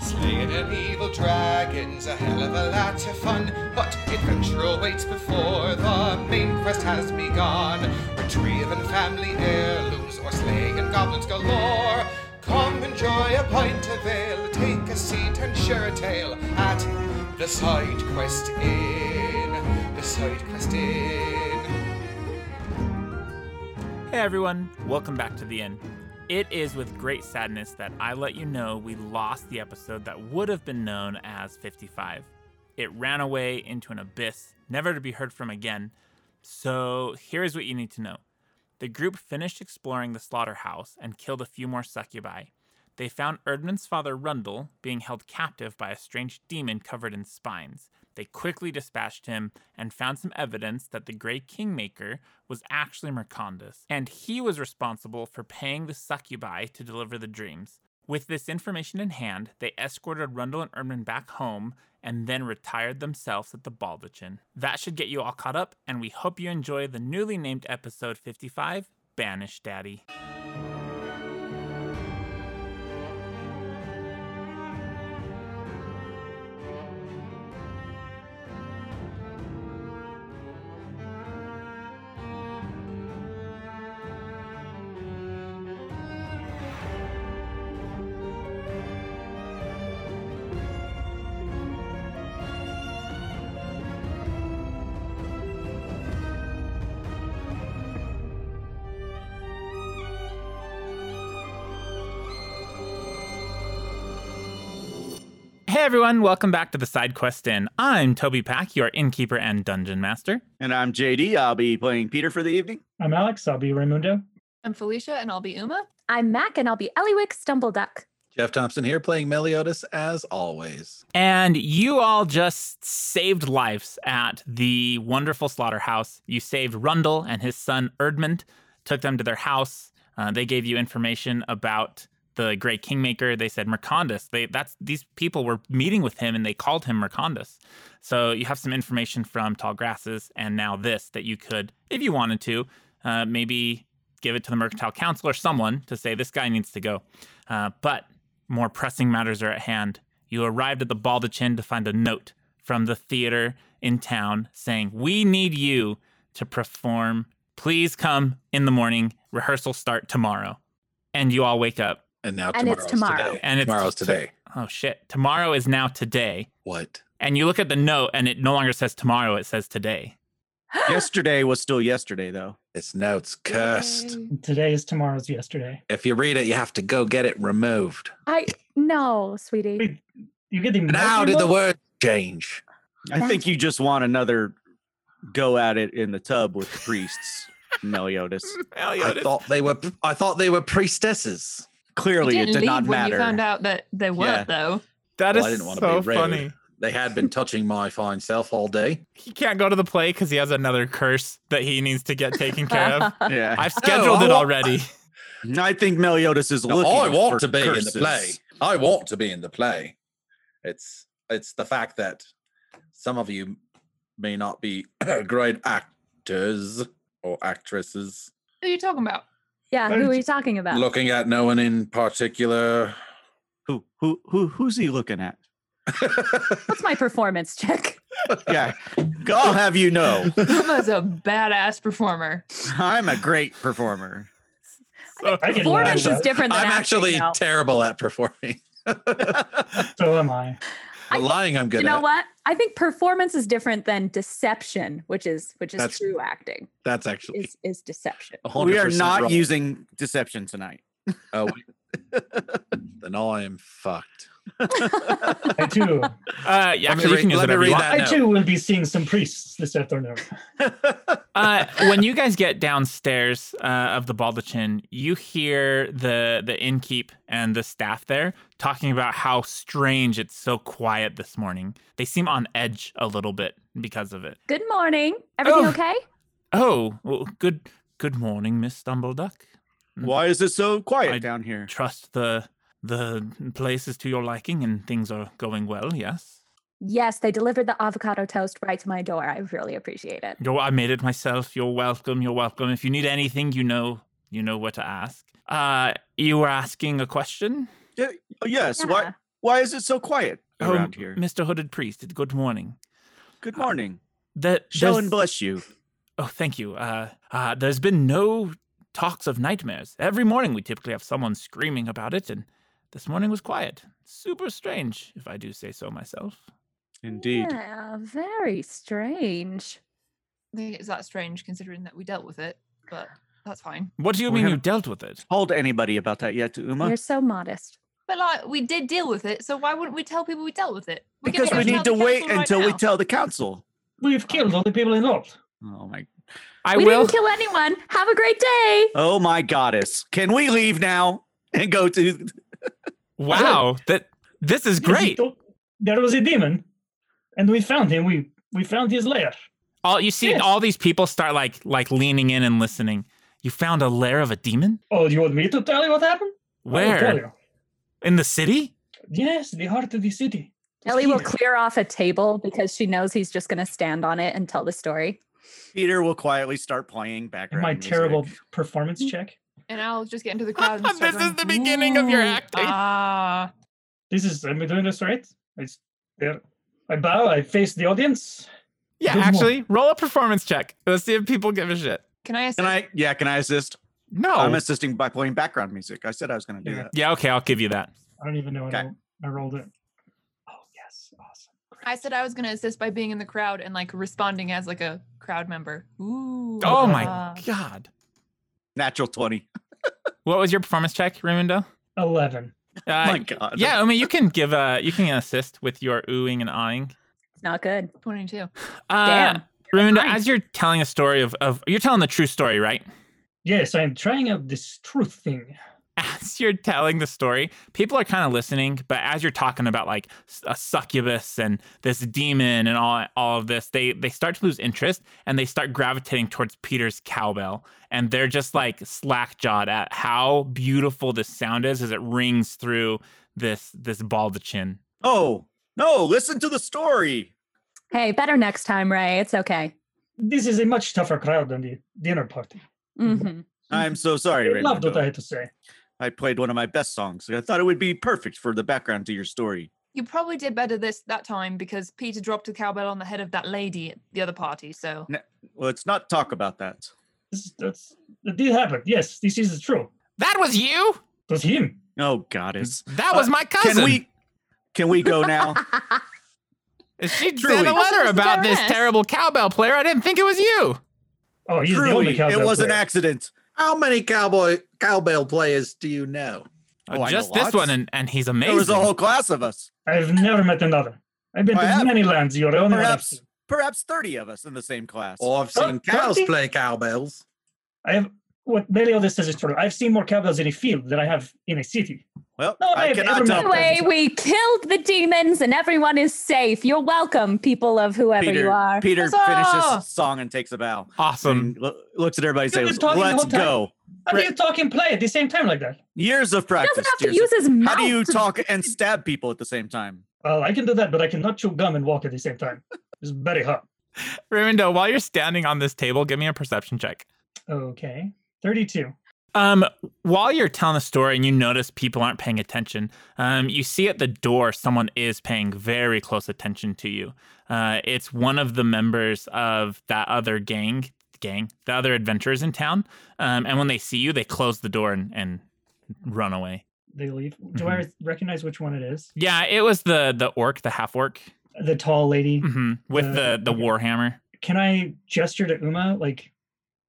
Slaying an evil dragon's a hell of a lot of fun, but adventure awaits before the main quest has begun. Retrieving family heirlooms or slaying goblins galore. Come enjoy a pint of ale, take a seat and share a tale at the Side Quest Inn. The Side Quest Inn. Hey everyone, welcome back to the end. It is with great sadness that I let you know we lost the episode that would have been known as 55. It ran away into an abyss, never to be heard from again. So here's what you need to know the group finished exploring the slaughterhouse and killed a few more succubi. They found Erdman's father Rundle being held captive by a strange demon covered in spines. They quickly dispatched him and found some evidence that the Grey Kingmaker was actually Mercandus, and he was responsible for paying the succubi to deliver the dreams. With this information in hand, they escorted Rundle and Erdman back home and then retired themselves at the Baldachin. That should get you all caught up, and we hope you enjoy the newly named episode 55 Banish Daddy. Hey everyone, welcome back to the Side Quest Inn. I'm Toby Pack, your innkeeper and dungeon master. And I'm JD. I'll be playing Peter for the evening. I'm Alex. I'll be Raimundo. I'm Felicia and I'll be Uma. I'm Mac, and I'll be Eliwick Stumbleduck. Jeff Thompson here playing Meliodas as always. And you all just saved lives at the wonderful slaughterhouse. You saved Rundle and his son Erdmund, took them to their house. Uh, they gave you information about the great kingmaker. They said Mercandus. They that's these people were meeting with him and they called him Mercandus. So you have some information from Tall Grasses and now this that you could, if you wanted to, uh, maybe give it to the Mercantile Council or someone to say this guy needs to go. Uh, but more pressing matters are at hand. You arrived at the Baldachin to find a note from the theater in town saying, We need you to perform. Please come in the morning. Rehearsal start tomorrow. And you all wake up. And now And it's tomorrow's tomorrow. today. And it's tomorrow's to- today. Oh, shit. Tomorrow is now today. What? And you look at the note and it no longer says tomorrow, it says today. yesterday was still yesterday, though. This note's cursed. Today is tomorrow's yesterday. If you read it, you have to go get it removed. I no, sweetie. Wait, you get the And how did the remote? word change? I think you just want another go at it in the tub with priests, Meliodas. I thought they were I thought they were priestesses. Clearly, You it didn't did not leave when you found matter. out that they weren't, though. That is Well, I didn't want to so be rude. funny. They had been touching my fine self all day. He can't go to the play because he has another curse that he needs to get taken care of. Yeah, I've scheduled I it wa- already. I think Meliodas is No, looking. I for want to be curses. in the play. I want to be in the play. It's it's the fact that some of you may not be great actors or actresses. Who are you talking about? yeah, who are you talking about? Looking at no one in particular. Who, who, who, who's he looking at? What's my performance check? Yeah, I'll have you know, Uma's a badass performer. I'm a great performer. So- uh, I can Performance laugh, is different than I'm acting, actually though. terrible at performing. but So am I. I think- lying, I'm good you know at. what? I think performance is different than deception, which is which is That's- true acting. That's actually Is is deception. 100% We are not wrong. using deception tonight. Oh, wait. then I am fucked. I too. Uh, yeah, Let me actually, you read- can use let me whatever you read want. that. I know. too will be seeing some priests this afternoon. uh, when you guys get downstairs uh, of the Baldachin, you hear the the innkeep and the staff there talking about how strange it's so quiet this morning. They seem on edge a little bit because of it. Good morning. Everything Oh. okay? Oh, well, good good morning, Miss Stumbleduck. Why is it so quiet I- down here? Trust the the place is to your liking and things are going well. Yes, Yes, they delivered the avocado toast right to my door. I really appreciate it. Yo, I made it myself. You're welcome. You're welcome. If you need anything, you know you know where to ask. Uh, you were asking a question. Yeah, Oh, yes. Yeah. Why? Why is it so quiet Oh, around here? Mr. Hooded Priest, it's good morning. Good morning. That Show there's- and bless you. Oh, thank you. Uh, uh, there's been no talks of nightmares. Every morning we typically have someone screaming about it, and this morning was quiet. Super strange, if I do say so myself. Indeed. Yeah, very strange. I think it's that strange considering that we dealt with it, but that's fine. What do you We mean you haven't- dealt with it? Told anybody about that yet, Uma? You're so modest. But like, we did deal with it, so why wouldn't we tell people we dealt with it? We're gonna Because go we tell need the to wait council right until we now. tell the council. We've killed all the people involved. Oh my I we will. didn't kill anyone. Have a great day. Oh my goddess. Can we leave now and go to wow, that this is great. There was a demon, and we found him. We we found his lair. All you see, Yes. all these people start like like leaning in and listening. You found a lair of a demon? Oh, you want me to tell you what happened? I will tell Where? you. In the city? Yes, the heart of the city. It's Ellie will here. clear off a table because she knows he's just going to stand on it and tell the story. Peter will quietly start playing background. my music. terrible performance check. And I'll just get into the crowd. And start This is going, the beginning of your "Ooh, acting." Ah, This is. Am I doing this right? I s- there. I bow. I face the audience. Yeah, Good one. actually, roll a performance check. Let's see if people give a shit. can I? Assist? Can I yeah, can I assist? No. I'm assisting by playing background music. I said I was gonna do Oh. Yeah. that. yeah, okay, I'll give you that. I don't even know. what I Okay. rolled. I rolled it. Oh yes, awesome. Great. I said I was gonna assist by being in the crowd and like responding as like a crowd member. Ooh. Oh my ah. god. Natural 20. What was your performance check, Raimundo? Eleven. Uh, my god. yeah, I mean you can give uh you can assist with your oohing and awing. It's not good. Twenty-two. Uh, Damn. Raimundo, Nice. as you're telling a story of, of you're telling the true story, right? Yes, I'm trying out this truth thing. As you're telling the story, people are kind of listening, but as you're talking about like s- a succubus and this demon and all all of this, they they start to lose interest and they start gravitating towards Peter's cowbell, and they're just like slack jawed at how beautiful this sound is as it rings through this this baldachin. Oh no, listen to the story. Hey, better next time, Ray. It's okay. This is a much tougher crowd than the dinner party. Mm-hmm. hmm I'm so I sorry, loved what I Raymond. had to say. I played one of my best songs. I thought it would be perfect for the background to your story. You probably did better this that time because Peter dropped a cowbell on the head of that lady at the other party. So Let's not talk about that. This, that's, that did happen. Yes, this is true. That was you. It was him. Oh goddess. That Uh, was my cousin. Can we can we go now? Mm-hmm. She Truly. sent a letter Mr. about this Torres. terrible cowbell player. I didn't think it was you. Oh, he's the only Truly, cowbell it was an player. Uh, accident. How many cowboy cowbell players do you know? Oh, I know Just this lots. one, and, and he's amazing. There was a whole class of us. I've never met another. I've been Perhaps- to many lands. You're the only one. I've perhaps- seen. Perhaps 30 of us in the same class. Or I've seen Oh, cows Dorothy? play cowbells. I have what Meliodas says is true. I've seen more cowbells in a field than I have in a city. well, No, I I've cannot ever tell. met- Anyway, we killed the demons and everyone is safe. You're welcome, people of whoever you Peter, are. Peter Huzzah! finishes his song and takes a bow. awesome. And lo- looks at everybody You've and says, been talking the Let's whole time. go. How do Right. you talk and play at the same time like that? Years of He practice. doesn't have to years use of- his mouth. How do you to- talk and stab people at the same time? Well, I can do that, but I cannot chew gum and walk at the same time. It's very hard. Raimundo, while you're standing on this table, give me a perception check. Okay. 32. Um, while you're telling the story and you notice people aren't paying attention, um, you see at the door someone is paying very close attention to you. Uh, it's one of the members of that other gang, gang, the other adventurers in town. Um, and when they see you, they close the door and, and run away. They leave. Do I recognize which one it is? Yeah, it was the the orc, the half orc, The tall lady. hmm with Uh, the the okay. warhammer. Can I gesture to Uma, like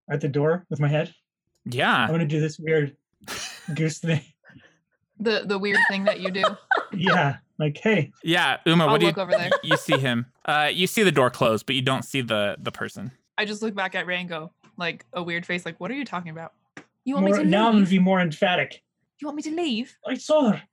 at the door with my head? I'm Yeah, going to do this weird goose thing. the the weird thing that you do. Yeah. Like, hey, yeah. Uma, I'll what do you look over there. you see him? Uh, you see the door close, but you don't see the the person. I just look back at Ray and go like a weird face. Like, what are you talking about? You want more, me to now I'm going leave? to be more emphatic. You want me to leave? I saw her.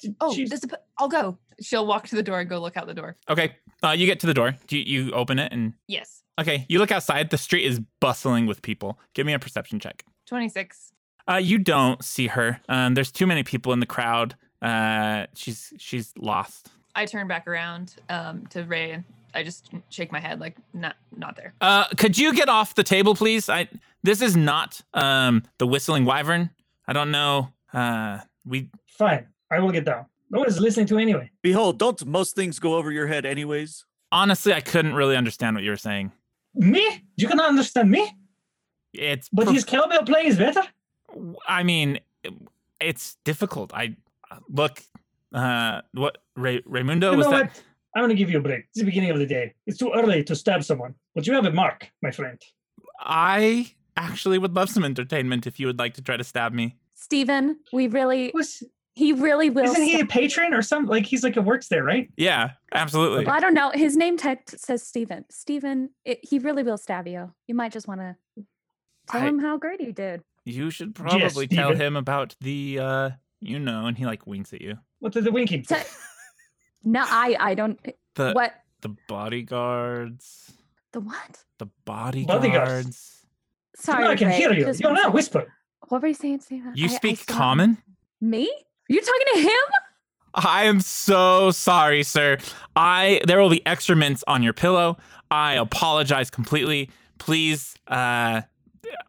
Did- Oh, she's- there's a. p- I'll go. She'll walk to the door and go look out the door. Okay, uh, you get to the door. Do you, you open it and Yes, okay, you look outside. The street is bustling with people. Give me a perception check. twenty six. Uh, you don't see her. Um, there's too many people in the crowd. Uh, she's she's lost. I turn back around um, to Ray and I just shake my head like not not there. Uh, could you get off the table, please? I this is not um the whistling wyvern. I don't know. Uh, we Fine. I will get down. No one's listening to anyway. Behold, don't most things go over your head anyways? Honestly, I couldn't really understand what you were saying. Me? You cannot understand me? It's But prof- his cowbell play is better. I mean, it's difficult. I look. Uh, what Ray, Raymundo You was know that? what? I'm gonna give you a break. It's the beginning of the day. It's too early to stab someone. But you have a mark, my friend. I actually would love some entertainment if you would like to try to stab me. Stephen, we really, Was, he really will. isn't he stab- a patron or something? Like he's like a works there, right? Yeah, absolutely. Well, I don't know. His name tag t- says Stephen. Stephen, it, he really will stab you. You might just want to tell I- him how great you did. You should probably tell Steven. him about the uh, you know, and he like winks at you. What is the winking? Te- no, I, I don't. The what? the bodyguards, The what? the bodyguards. Bodyguards. Sorry, no, I can Ray, hear you. just You're one not sec. whisper. What were you saying, Stephen? You I- I speak still- common? Me? You're talking to him? I am so sorry, sir. I there will be extra mints on your pillow. I apologize completely. Please, uh,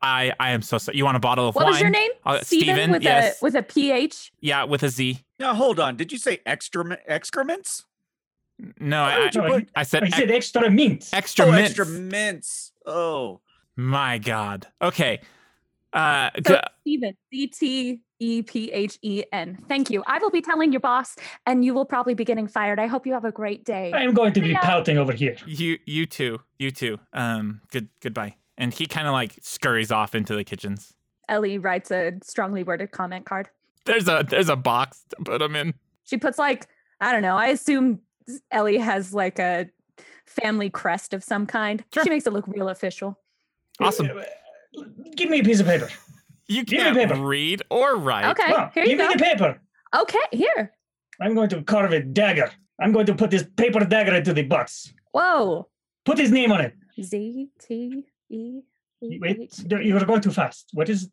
I I am so sorry. You want a bottle of What wine? was your name? Uh, Stephen Stephen, with yes. a with a PH. Yeah, with a Z. Now hold on. Did you say excrement excrements? No, Why I I, would you I- put I said He ex- said extra mint. extra oh, mints. extra mints? Oh. My God. Okay. Uh, So go- Stephen, D T E P H E N. Thank you. I will be telling your boss, and you will probably be getting fired. I hope you have a great day. I am going to be Hello. pouting over here. you you too. You too. Um, good goodbye. And he kind of like scurries off into the kitchens. Ellie writes a strongly worded comment card. There's a there's a box to put him in. She puts like, I don't know, I assume Ellie has like a family crest of some kind. Sure. She makes it look real official. Awesome. Uh, Give me a piece of paper. You Give me can't paper. read or write. Okay, Wow, Uh, here you give go. me the paper. okay, here. I'm going to carve a dagger. I'm going to put this paper dagger into the box. Whoa. Put his name on it. Z T E E Wait, H you're you're going too fast. What is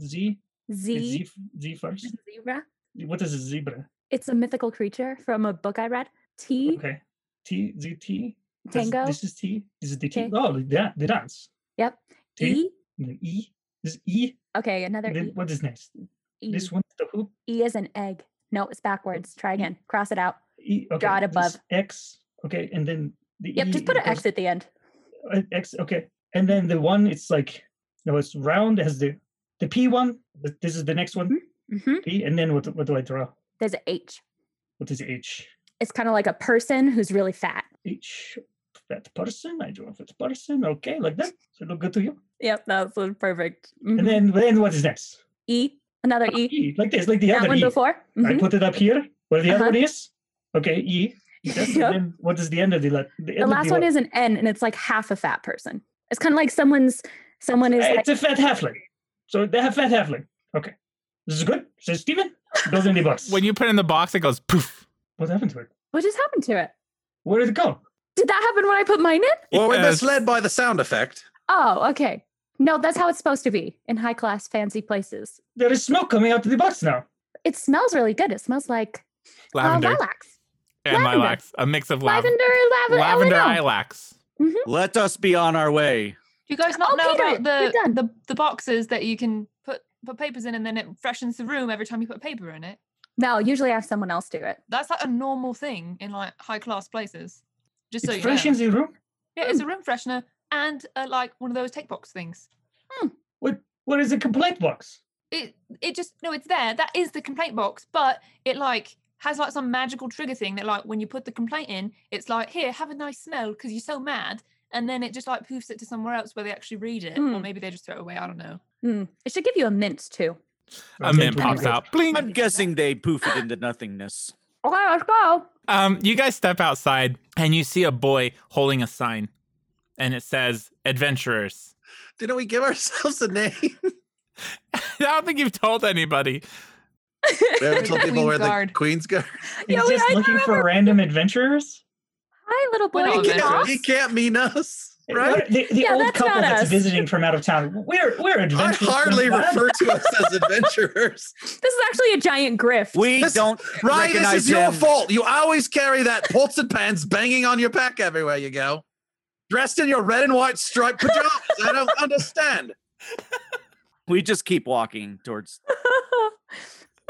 Z? Is Z, Z f- Z first? zebra. What is a zebra? It's a mythical creature from a book I read. T Okay. T, Z, T. This- Tango. This is T. This is the T. Okay. Oh, the, da- the dance. Yep. T. E. and then E. This is E. Okay, another and then E. What is next? E. This one, the hoop. E is an egg. No, it's backwards. Try again. Cross it out. E. Okay. Dot this above. X. Okay. And then the Yep, E. just put an it goes- X at the end. uh, X. Okay. And then the one, it's like, no, it's round. It has the the P one. th- This is the next one. hmm P. And then what, what do I draw? There's an H. What is H? It's kind of like a person who's really fat. H. That person. I draw that person. Okay. Like that. So look good to you. Yep, that was perfect. And Mhm. then, then what is next? E, another E. E, like this, like the That other one E. before. I Mhm. put it up here where the Uh-huh. other one is. Okay, E. Yes, and Yep. then what is the end of the, le- the, end The of last one le- is an N, and it's like half a fat person. It's kind of like someone's. Someone is Uh, like, It's a fat halfling. So they have fat halfling. Okay. This is good. So Steven goes in the box. When you put it in the box, it goes poof. what happened to it? what just happened to it? Where did it go? Did that happen when I put mine in? Well, we're Yes. misled by the sound effect. Oh, okay. No, that's how it's supposed to be in high class, fancy places. There is smoke coming out of the box now. It smells really good. It smells like uh, Lavender lilacs, and lavender. lilacs. A mix of lav- lavender, lavender, lavender lavender. lilacs. Let us be on our way. Do you guys not Oh, know Peter, about you're the, done. the the boxes that you can put put papers in and then it freshens the room every time you put paper in it? No, usually I have someone else do it. That's like a normal thing in like high class places. Just so It's you fresh know. in the room. Yeah, it's a room freshener and uh, like one of those take box things. What? Where is the complaint box? It it just no, it's there. That is the complaint box, but it like has like some magical trigger thing that like when you put the complaint in, it's like here, have a nice smell because you're so mad, and then it just like poofs it to somewhere else where they actually read it, or Mm. maybe they just throw it away. I don't know. Mm. It should give you a mint too. A Okay, mint pretty pops good. out. Bling. I'm guessing they poof it into nothingness. Okay, let's go. Um, you guys step outside and you see a boy holding a sign, and it says "Adventurers." Didn't we give ourselves a name? I don't think you've told anybody. Never The told people Queen's where the Guard. Queen's Guard. He's Yeah, we- just I looking for random adventurers. Hi, little boy. We're not and adventurers. girl. He can't mean us, Uh, right? what- The, the Yeah, old that's couple not that's us. visiting from out of town. We're we're I adventurers. hardly from God. refer to us as adventurers. This is actually a giant grift. We This- don't Ryan, this recognize is your them. fault. You always carry that pots and pans banging on your back everywhere you go. Dressed in your red and white striped pajamas. I don't understand. We just keep walking towards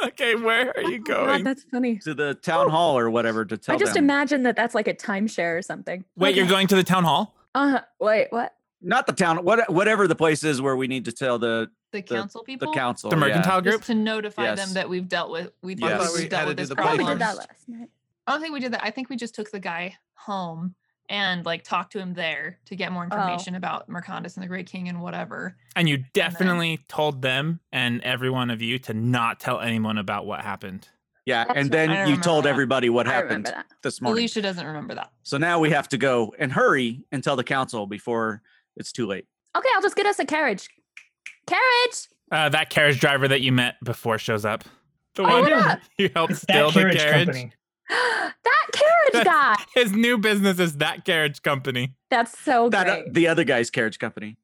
okay, where are you going? Oh that's funny. to the town hall or whatever to tell I just them. imagine that that's like a timeshare or something. Wait, you're going to the town hall? Uh, wait, what? Not the town, what, whatever the place is where we need to tell the The The- council the people. Oh, council. The yeah. mercantile Just group? to notify Yes. them that we've dealt with we've Yes. already Thought we dealt had to with do this the I thought Oh, we problem. did that Problems. last night. I don't think we did that. I think we just took the guy home and like talked to him there to get more Oh. information about Mercandus and the Great King and whatever. And you definitely told them and every one of you to not tell anyone about what happened. Yeah, That's and right. I then you remember told that. everybody what I remember happened that. this morning. Alicia doesn't remember that. So now we have to go and hurry and tell the council before it's too late. Okay, I'll just get us a carriage. Carriage! Uh, that carriage driver that you met before shows up. The Oh, one yeah. you helped It's steal that the carriage, carriage. company. that carriage guy! His new business is that carriage company. That's so That uh, great. the other guy's carriage company.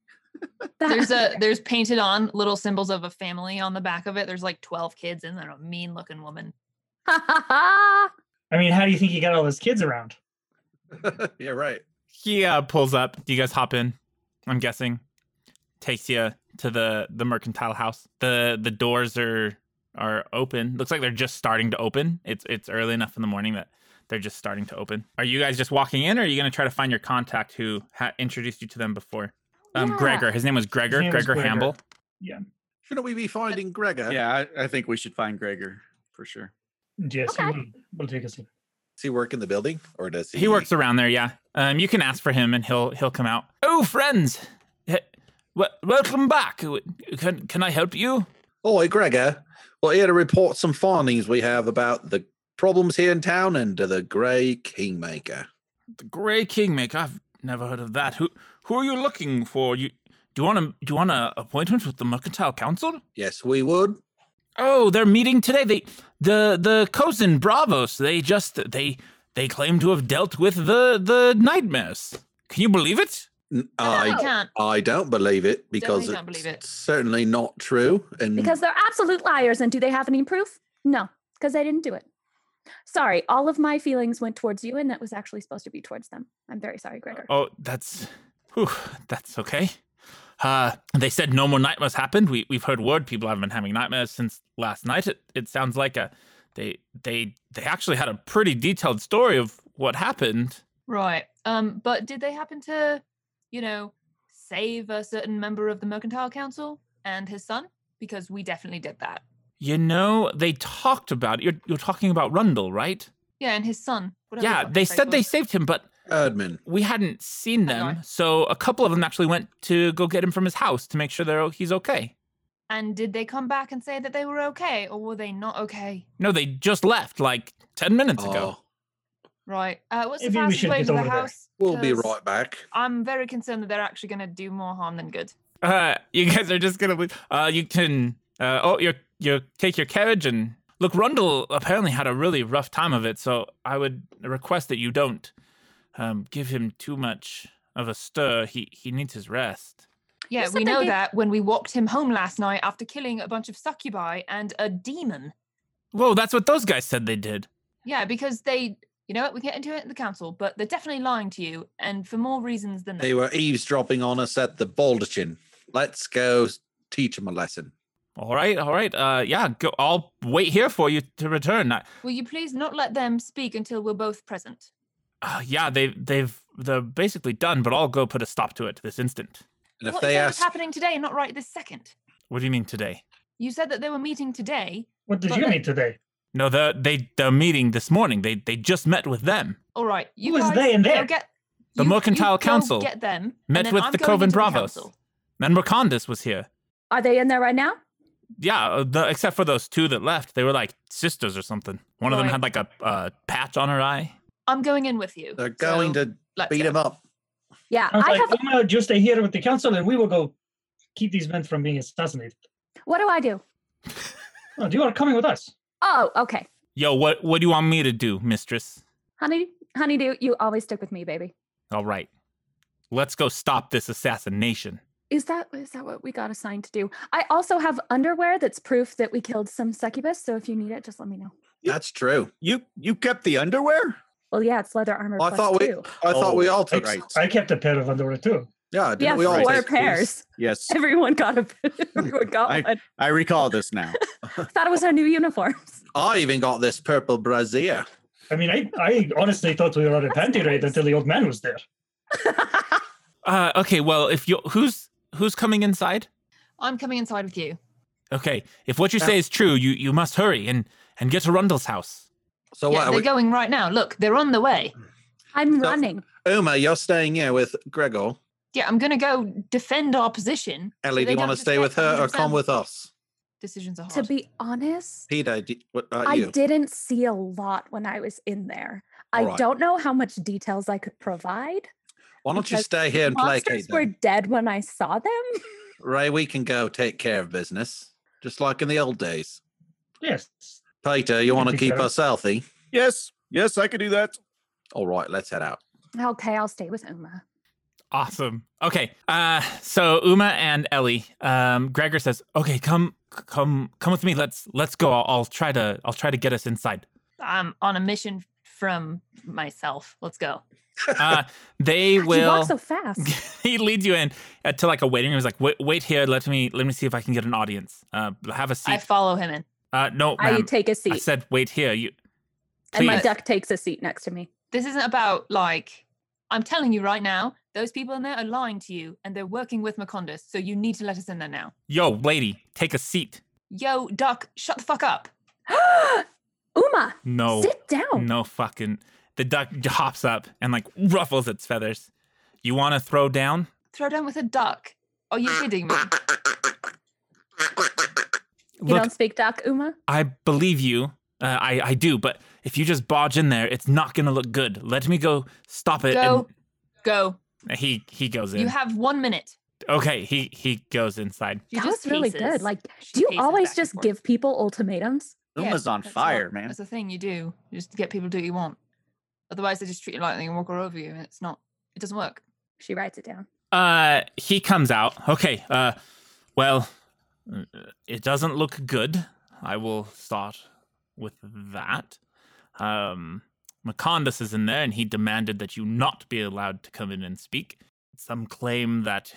That- There's a there's painted on little symbols of a family on the back of it. There's like twelve kids and then a mean looking woman. I mean, how do you think he got all those kids around? yeah, right. He uh, pulls up. Do you guys hop in? I'm guessing. Takes you to the the mercantile house. the The doors are are open. Looks like they're just starting to open. It's it's early enough in the morning that they're just starting to open. Are you guys just walking in, or are you going to try to find your contact who ha- introduced you to them before? Um, Yeah. Gregor. His name was Gregor. His name was Gregor Gregor. Hamble. Shouldn't we be finding Gregor? Yeah, I, I think we should find Gregor for sure. Yes, Okay. we'll, we'll take a seat. Does he work in the building, or does he? He works around there, yeah. Um, you can ask for him, and he'll he'll come out. Oh, friends, Eh, wel- welcome back. W- Can can I help you? Oi, Oh, Gregor. We're here to report some findings we have about the problems here in town and the Grey Kingmaker. The Grey Kingmaker. I've never heard of that. Who who are you looking for? You do you want a do you want an appointment with the Mercantile Council? Yes, we would. Oh, they're meeting today. They the the Cosin Bravos. They just they they claim to have dealt with the the nightmares. Can you believe it? N- Oh, I I can't. I don't believe it because Definitely don't it's believe it. certainly not true. And because they're absolute liars. And do they have any proof? No, because they didn't do it. Sorry, all of my feelings went towards you, and that was actually supposed to be towards them. I'm very sorry, Gregor. Oh, that's whew, that's okay. Uh, they said no more nightmares happened. We we've heard word people have been having nightmares since last night. It it sounds like a they they they actually had a pretty detailed story of what happened. Right. Um, but did they happen to, you know, save a certain member of the Mercantile Council and his son? Because we definitely did that. You know, they talked about you're you're talking about Rundle, right? Yeah, and his son. whatever his yeah, fucking they face said they was. saved him, but Erdman, we hadn't seen Hang on. them. So a couple of them actually went to go get him from his house to make sure they're o- he's okay. And did they come back and say that they were okay, or were they not okay? No, they just left like ten minutes ago. oh, Right. Uh, what's the Maybe we fastest should way get to the over there. house? we'll be 'Cause right back. I'm very concerned that they're actually going to do more harm than good. Uh, you guys are just gonna. leave- Uh, you can. Uh, oh, you you take your carriage and look. Rundle apparently had a really rough time of it, so I would request that you don't um, give him too much of a stir. He he needs his rest. Yeah, Yes, we I know think it- that when we walked him home last night after killing a bunch of succubi and a demon. Whoa, that's what those guys said they did. Yeah, because they, you know what, we get into it at the council, but they're definitely lying to you, and for more reasons than They that. were eavesdropping on us at the Baldachin. Let's go s- teach them a lesson. All right, all right. Uh, yeah, go, I'll wait here for you to return. I, Will you please not let them speak until we're both present? uh, yeah, they they've they're basically done, but I'll go put a stop to it this instant. And if What they you said was ask, happening today, and not right this second. What do you mean today? You said that they were meeting today. What did But you I- need today? No, they're, they they're meeting this morning. They they just met with them. All right, you was guys they and go there? get The you- you Mercantile go Council Get them. met and then with I'm the going Coven into Bravos. council. And Mercandus was here. Are they in there right now? Yeah, uh, the, except for those two that left, they were like sisters or something. One of them Right. had like a uh, patch on her eye. I'm going in with you. they're going to to beat him up. Yeah, I was I like, have. oh no, just stay here with the council and we will go keep these men from being assassinated. What do I do? Oh, you are coming with us. Oh, okay. Yo, what what do you want me to do, mistress? Honey, honeydew, you always stick with me, baby. All right, let's go stop this assassination. Is that is that what we got assigned to do? I also have underwear that's proof that we killed some succubus. So if you need it, just let me know. That's true. You you kept the underwear? Well, yeah, it's leather armor. Oh, I plus thought we- two. Oh, I thought we all I, took. I kept a pair of underwear too. Yeah, didn't yeah, we all four four take these? pairs. Yes, Everyone got a. everyone got one. I recall this now. I thought it was our new uniforms. I even got this purple brassiere. I mean, I, I honestly thought we were on a panty raid until the old man was there. Uh, okay, well, if you who's who's coming inside? I'm coming inside with you. Okay, if what you say is true, you you must hurry and and get to Rundle's house. So yeah, what? Are they're we, Hmm. going right now. Look, they're on the way. I'm So- running. Uma, you're staying here with Gregor. Yeah, I'm gonna go defend our position. Ellie, do they you want to don't stay just with get her or come 100%? with us? Decisions are To hard. be honest, Peter, do, what about I you? didn't see a lot when I was in there. All I right. don't know how much details I could provide. Why don't you because stay here and placate Monsters them? were dead when I saw them. Ray, we can go take care of business, just like in the old days. Yes. Peter, you can want to take keep care of- us healthy? Yes, yes, I could do that. All right, let's head out. Okay, I'll stay with Uma. Awesome. Okay. Uh, so Uma and Ellie, um, Gregor says, "Okay, come, c- come, come with me. Let's let's go. I'll, I'll try to I'll try to get us inside." I'm on a mission from myself. Let's go. Uh, they God, You will. walk so fast. he leads you in uh, to like a waiting room. He's like, "Wait, wait here. Let me let me see if I can get an audience. Uh, have a I seat." follow him in. uh, no, I ma'am. take a I seat, said, "Wait here." You. and my please. duck takes a seat next to me. This isn't about like I'm telling you right now. Those people in there are lying to you, and they're working with Macondas. So you need to let us in there now. Yo, lady, take a seat. Yo, duck, shut the fuck up. Uma, No. sit down. Oh, No fucking. The duck hops up and like ruffles its feathers. You want to throw down? Throw down with a duck. Are you kidding me? you Look, don't speak duck, Uma. I believe you. Uh, I I do, but if you just barge in there, it's not gonna look good. Let me go stop it. Go, go. And he he goes in. You have one minute. okay, he he goes inside. She that just was really paces. good. Like, She do you paces back always and just forth. give people ultimatums? Yeah, Uma's on That's fire, what- man. That's the thing you do. You just get people to do what you want. Otherwise, they just treat you like they can walk all over you, and it's not. It doesn't work. She writes it down. Uh, he comes out. Okay. Uh, well, uh, it doesn't look good. I will start with that. Um, Macondus is in there, and he demanded that you not be allowed to come in and speak. Some claim that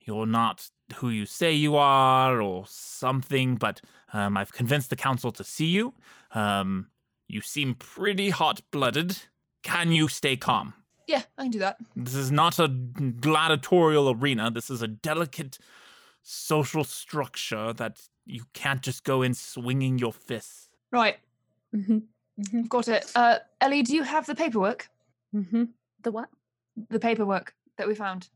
you're not who you say you are, or something. But um, I've convinced the council to see you. Um, you seem pretty hot-blooded. Can you stay calm? Yeah, I can do that. This is not a gladiatorial arena. This is a delicate social structure that you can't just go in swinging your fists. Right, hmm hmm got it. Uh, Ellie, do you have the paperwork? hmm The what? The paperwork that we found.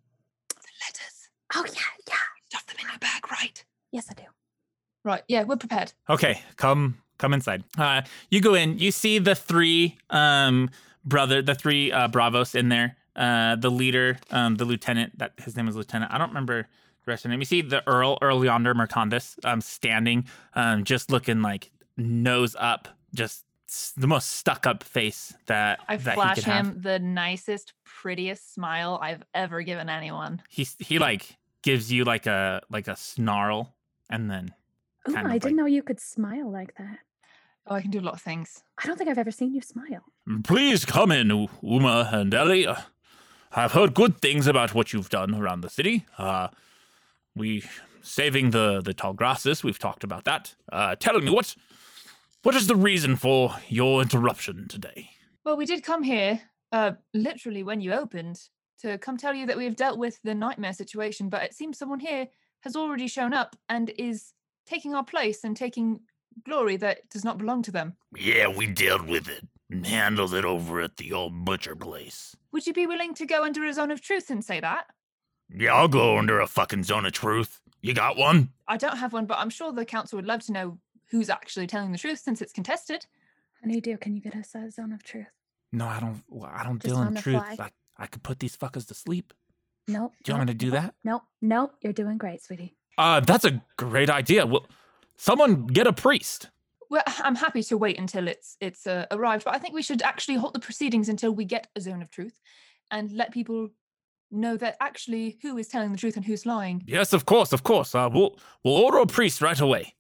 The letters. Oh yeah, yeah. Stuff them in your bag, right? Yes, I do. Right. Yeah, we're prepared. Okay, come come inside. Uh, you go in. You see the three um, brother, the three uh, bravos in there. Uh, the leader, um, the lieutenant. That his name is lieutenant. I don't remember the rest of the name. You see the earl, earl yonder, Mercandus, um, standing, um, just looking like nose up, just s- the most stuck up face that I that flash he could have. him the nicest, prettiest smile I've ever given anyone. he s- he like gives you like a like a snarl and then Uma, Kind I of like- didn't know you could smile like that. Oh, I can do a lot of things. I don't think I've ever seen you smile. please come in U- uma and ellie Uh, i've heard good things about what you've done around the city uh we saving the the tall grasses we've talked about that uh tell me what what is the reason for your interruption today Well, we did come here, uh, literally when you opened, to come tell you that we have dealt with the nightmare situation, but it seems someone here has already shown up and is taking our place and taking glory that does not belong to them. yeah we dealt with it and handled it over at the old butcher place Would you be willing to go under a zone of truth and say that? yeah i'll go under a fucking zone of truth you got one I don't have one, but I'm sure the council would love to know who's actually telling the truth since it's contested. Honey, dear, can you get us a zone of truth? No, I don't. well, I don't Just deal in on the truth. fly. I, I could put these fuckers to sleep. Nope. Do you want me to do that? Nope. Nope. You're doing great, sweetie. Uh, that's a great idea. Well, someone get a priest. Well, I'm happy to wait until it's it's uh, arrived, but I think we should actually halt the proceedings until we get a zone of truth, and let people know that actually who is telling the truth and who's lying. Yes, of course, of course. Uh, we'll we'll order a priest right away.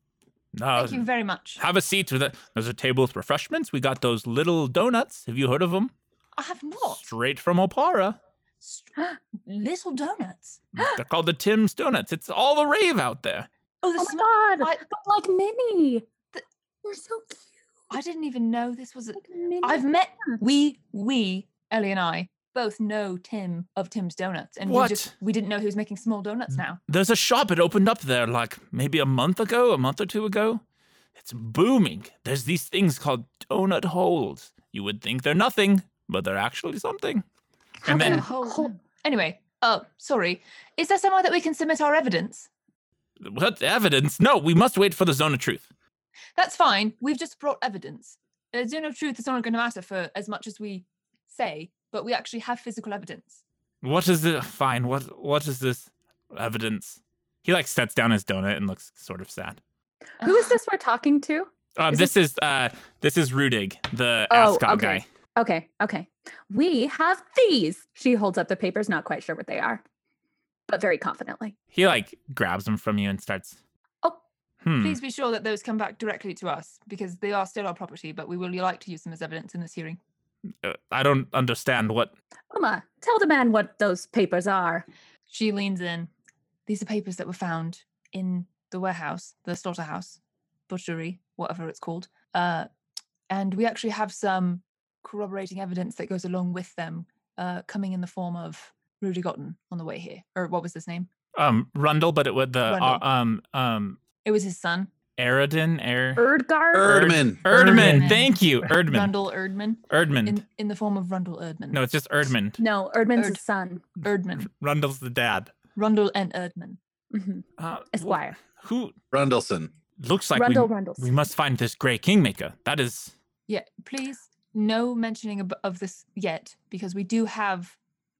Uh, Thank you very much. have a seat. With a, there's a table with refreshments. We got those little donuts. Have you heard of them? I have not. Straight from Opara. St- little donuts. They're called the Tim's Donuts. It's all the rave out there. Oh, the Oh smell. my god! I- but like mini, The- they're so cute. I didn't even know this was. A- like mini I've met donuts. we we Ellie and I both know Tim of Tim's Donuts, and we just we didn't know he was making small donuts Mm. now. There's a shop it opened up there like maybe a month ago, a month or two ago. It's booming. There's these things called donut holes. You would think they're nothing, but they're actually something. How and can then- a whole- Anyway, oh sorry, is there somewhere that we can submit our evidence? What evidence? No, we must wait for the zone of truth. That's fine. We've just brought evidence. The zone of truth is not going to matter for as much as we say, but we actually have physical evidence. What is the fine? What what is this evidence? He like sets down his donut and looks sort of sad. Who is this we're talking to? Uh, Is this is uh this is Rudig, the Oh, Ascot okay. guy. Okay, okay. We have these. She holds up the papers, not quite sure what they are, but very confidently. He like grabs them from you and starts. Oh. hmm. Please be sure that those come back directly to us because they are still our property, but we will like to use them as evidence in this hearing. uh, I don't understand what. Uma, tell the man what those papers are. She leans in. These are papers that were found in the warehouse, the slaughterhouse, butchery, whatever it's called. Uh, and we actually have some corroborating evidence that goes along with them, uh, coming in the form of Rudy Gotten on the way here. Or what was his name? Um, Rundle, but it would the uh, Rundle. um um It was his son, Eridan Air Er-, Erdgard? Erdman. Erdman. Erdman. Thank you, Erdman. Rundle Erdman, Erdman. in, in the form of Rundle Erdman. no, it's just Erdman. No, Erdman's Erd. his son. Erdman. Rundle's the dad. Rundle and Erdman. hmm Uh, wh- Esquire. Who Rundleson. looks like Rundle we, Rundles. we must find this Grey Kingmaker. That is Yeah, please, no mentioning ab- of this yet, because we do have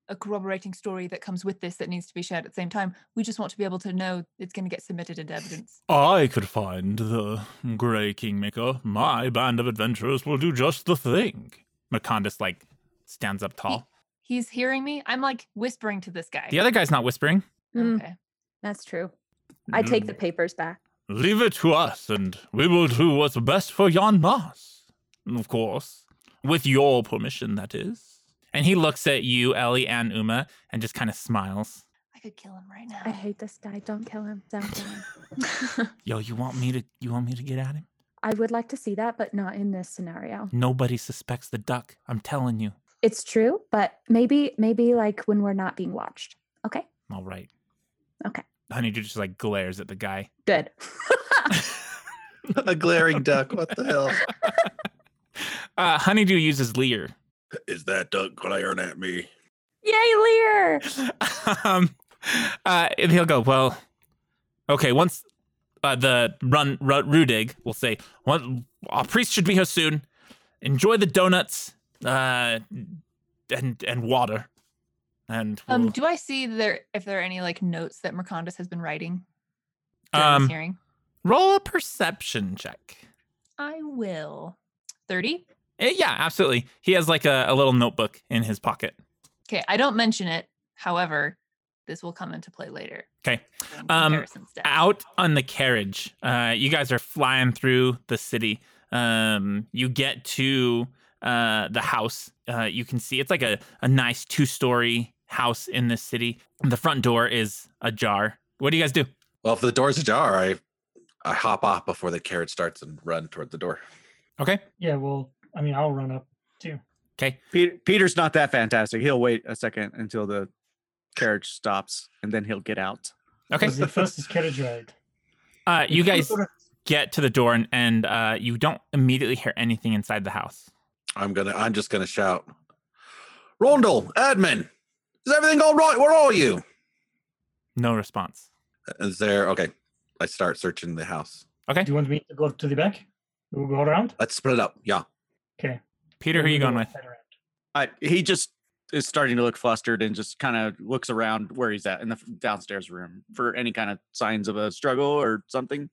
a corroborating story that comes with this that needs to be shared at the same time. We just want to be able to know it's going to get submitted into evidence. I could find the Grey Kingmaker. My band of adventurers will do just the thing. Macondus, like, stands up tall. He's hearing me. I'm like whispering to this guy. The other guy's not whispering. Mm, Okay. that's true. I Mm-hmm. take the papers back. Leave it to us, and we will do what's best for Jan Mas. Of course. With your permission, that is. And he looks at you, Ellie, and Uma, and just kind of smiles. I could kill him right I now. hate this guy. Don't kill him. Don't kill him. Yo, you want me to you want me to get at him? I would like to see that, but not in this scenario. Nobody suspects the duck. I'm telling you. It's true, but maybe, maybe like when we're not being watched. Okay, All right. Okay. Honeydew just like glares at the guy. good. a glaring duck. What the hell? Uh, Honeydew uses leer. Is that duck glaring at me? Yay, Lear! um, uh, and he'll go, well, okay, once uh, the run, Ru Rudig will say, one, our priest should be here soon. Enjoy the donuts uh, and and water. And Um, we'll- do I see there if there are any like notes that Mercandus has been writing during this um, hearing? roll a perception check. I will. Thirty. Eh, yeah, absolutely. He has like a, a little notebook in his pocket. Okay. I don't mention it. However, this will come into play later. 'Kay. during Um, comparison steps. out on the carriage. Uh, you guys are flying through the city. Um, you get to uh, the house. Uh, you can see it's like a, a nice two story house in this city. The front door is ajar. What do you guys do? Well, if the door's ajar, I I hop off before the carriage starts and run toward the door. Okay. Yeah, well, I mean, I'll run up too. Okay. Peter, Peter's not that fantastic. He'll wait a second until the carriage stops, and then he'll get out. Okay. Because the first is carriage ride. Uh, you If guys sort of- get to the door and, and uh, you don't immediately hear anything inside the house. I'm gonna. I'm just gonna shout, Rondel, Admin, is everything all right? Where are you? No response. Is there? Okay, I start searching the house. Do you want me to go to the back? We'll go around. Let's split up. Yeah. Okay. Peter, who are you going with? I, he just is starting to look flustered and just kind of looks around where he's at in the f- downstairs room for any kind of signs of a struggle or something.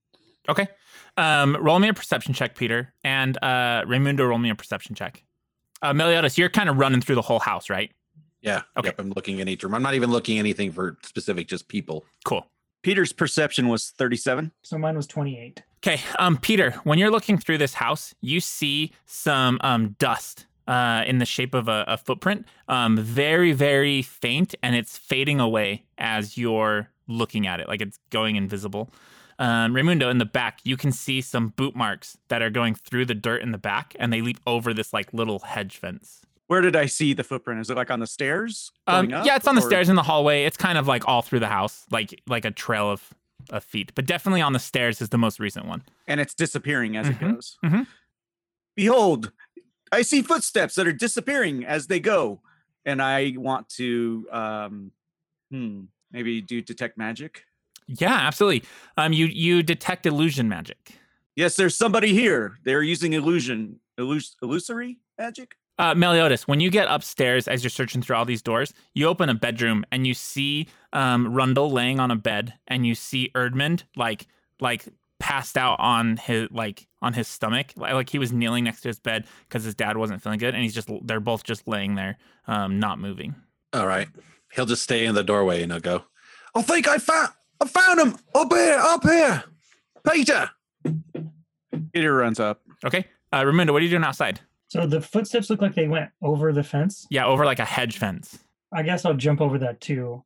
Okay. Um, roll me a perception check, Peter, and uh, Raimundo, roll me a perception check. Uh, Meliodas, you're kind of running through the whole house, right? Yeah. Okay. Yep, I'm looking in each room. I'm not even looking anything for specific, just people. Cool. Peter's perception was 37. So mine was 28. Okay. Um, Peter, when you're looking through this house, you see some um, dust uh, in the shape of a, a footprint, um, very, very faint, and it's fading away as you're looking at it, like it's going invisible. Um, Raimundo, in the back, you can see some boot marks that are going through the dirt in the back, and they leap over this like little hedge fence. Where did I see the footprint? Is it like on the stairs? Um, going up, yeah, it's on the or- stairs in the hallway. It's kind of like all through the house, like like a trail of, of feet, but definitely on the stairs is the most recent one. and it's disappearing as Mhm, it goes. mhm. Behold, I see footsteps that are disappearing as they go, and I want to, um, hmm, maybe do detect magic. Yeah, absolutely. Um, you you detect illusion magic. Yes, there's somebody here. They're using illusion, illus- illusory magic. Uh, Meliodas, when you get upstairs, as you're searching through all these doors, you open a bedroom and you see um, Rundle laying on a bed, and you see Erdmund like like passed out on his like on his stomach, Li- like he was kneeling next to his bed because his dad wasn't feeling good, and he's just they're both just laying there, um, not moving. All right. He'll just stay in the doorway and he'll go, I think I found I found him up here, up here. Peter. Peter runs up. Okay, uh, Raimundo, what are you doing outside? So the footsteps look like they went over the fence. Yeah, over like a hedge fence. I guess I'll jump over that too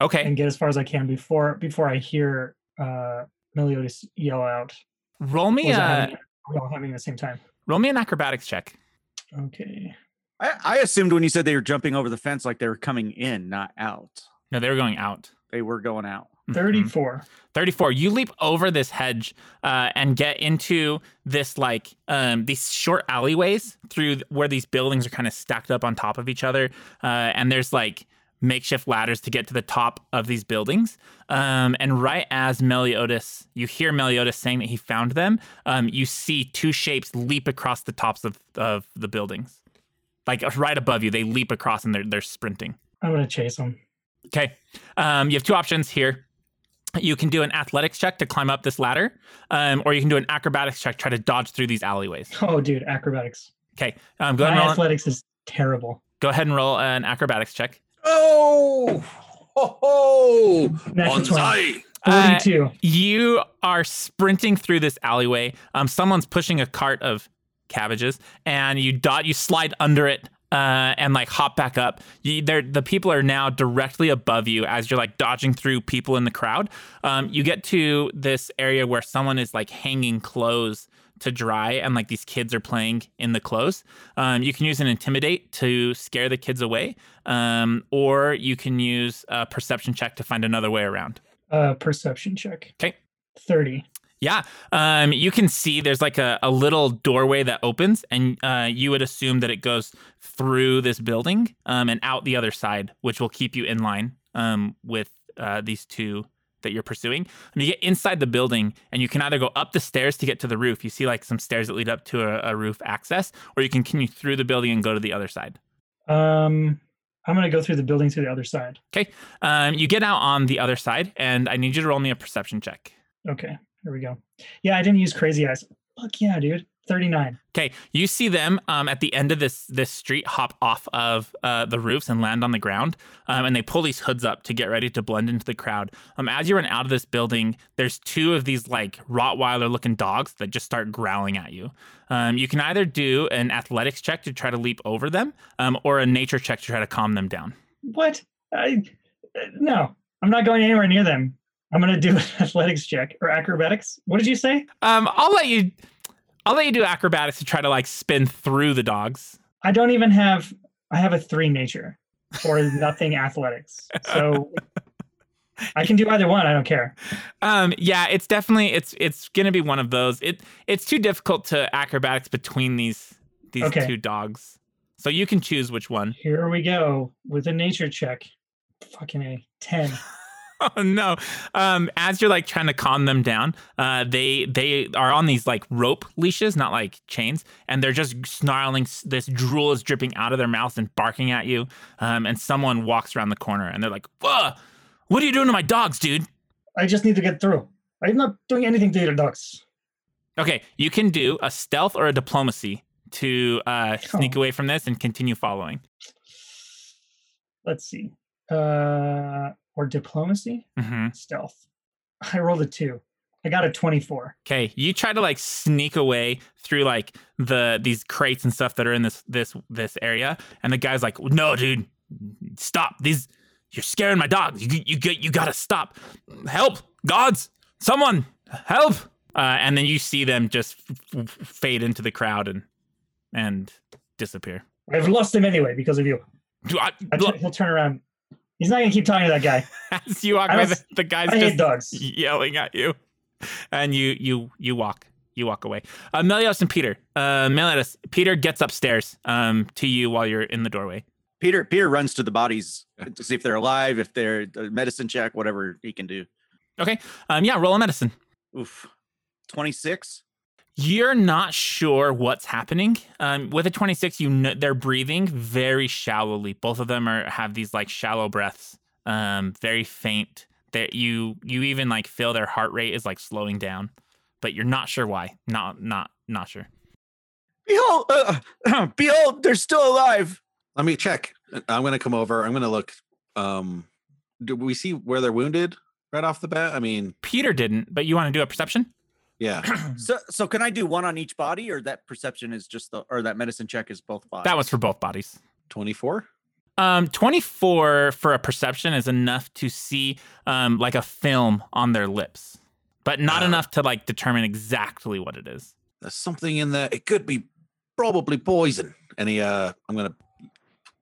Okay, and get as far as I can before before I hear uh Meliodas yell out. roll Or me is it a happening- are we all having at the same time. roll me an acrobatics check. Okay. I, I assumed when you said they were jumping over the fence, like they were coming in, not out. No, they were going out. They were going out. Mhm. 34. 34 you leap over this hedge uh, and get into this like um, these short alleyways through th- where these buildings are kind of stacked up on top of each other uh, and there's like makeshift ladders to get to the top of these buildings um, and right as meliodas you hear meliodas saying that he found them um, you see two shapes leap across the tops of, of the buildings like right above you they leap across and they're, they're sprinting I'm going to chase him. Okay. Um, you have two options here. You can do an athletics check to climb up this ladder, um, or you can do an acrobatics check, try to dodge through these alleyways. Oh, dude, acrobatics. Okay. Um, go, ahead and My roll, athletics is terrible. go ahead and roll an acrobatics check. Oh, ho, ho. Natural 20. Bonsai. Uh, 42. You are sprinting through this alleyway. Um, someone's pushing a cart of cabbages, and you dot, you slide under it, uh, and like hop back up. You, they're- the people are now directly above you as you're like dodging through people in the crowd. Um, you get to this area where someone is like hanging clothes to dry, and like these kids are playing in the clothes. Um, you can use an intimidate to scare the kids away, um, or you can use a perception check to find another way around. Uh, perception check. 'Kay. 30. Yeah. Um, you can see there's like a, a little doorway that opens, and uh, you would assume that it goes through this building um, and out the other side, which will keep you in line um, with uh, these two that you're pursuing. And you get inside the building, and you can either go up the stairs to get to the roof. You see like some stairs that lead up to a, a roof access, or you can continue through the building and go to the other side. Um, I'm going to go through the building to the other side. Um, you get out on the other side, and I need you to roll me a perception check. Okay, here we go. Yeah, I didn't use crazy eyes. Fuck yeah, dude. 39. Okay, you see them um, at the end of this this street hop off of uh, the roofs and land on the ground, um, and they pull these hoods up to get ready to blend into the crowd. Um, as you run out of this building, there's two of these like Rottweiler looking dogs that just start growling at you. Um, you can either do an athletics check to try to leap over them, um, or a nature check to try to calm them down. What? I uh, no, I'm not going anywhere near them. I'm gonna do an athletics check or acrobatics. What did you say? Um, I'll let you, I'll let you do acrobatics to try to like spin through the dogs. I don't even have. I have a three nature or nothing athletics. So I can do either one. I don't care. Um, yeah, it's definitely it's it's gonna be one of those. It it's too difficult to acrobatics between these these Okay. two dogs. So you can choose which one. Here we go with a nature check. Fucking a ten. Oh no! Um, as you're like trying to calm them down, uh, they they are on these like rope leashes, not like chains, and they're just snarling. s- This drool is dripping out of their mouths and barking at you. Um, and someone walks around the corner, and they're like, "Whoa! What are you doing to my dogs, dude?" I just need to get through. I'm not doing anything to your dogs. Okay, you can do a stealth or a diplomacy to uh, sneak Oh. away from this and continue following. Let's see. Uh, or diplomacy, hmm stealth. I rolled a two. I got a 24. Okay, you try to like sneak away through like the these crates and stuff that are in this this this area, and the guy's like, "No, dude, stop! These you're scaring my dog. You you get you gotta stop! Help, gods, someone, help!" Uh, and then you see them just f- f- fade into the crowd and and disappear. I've lost him anyway because of you. Do I- I tu- look, he'll turn around. He's not gonna keep talking to that guy. as you walk I away, was- the, the guy's I hate just dogs. yelling at you, and you you you walk you walk away. Uh, Melios and Peter. Uh, Melios, Peter gets upstairs um, to you while you're in the doorway. Peter Peter runs to the bodies to see if they're alive, if they're a medicine check, whatever he can do. Um, yeah, roll a medicine. Oof. 26. You're not sure what's happening. Um, with a 26, you know, they're breathing very shallowly. Both of them are have these like shallow breaths, um, very faint. That you you even like feel their heart rate is like slowing down, but you're not sure why. Not not not sure. Behold, uh, behold, they're still alive. Let me check. I'm gonna come over. I'm gonna look. Um, do we see where they're wounded right off the bat? I mean, Peter didn't, but you want to do a perception? yeah. Mm-hmm. So so can I do one on each body or that perception is just the or that medicine check is both bodies? That was for both bodies. 24 Um, 24 for a perception is enough to see um, like a film on their lips, but not Ah. enough to like determine exactly what it is. there's something in there it could be probably poison and he uh i'm gonna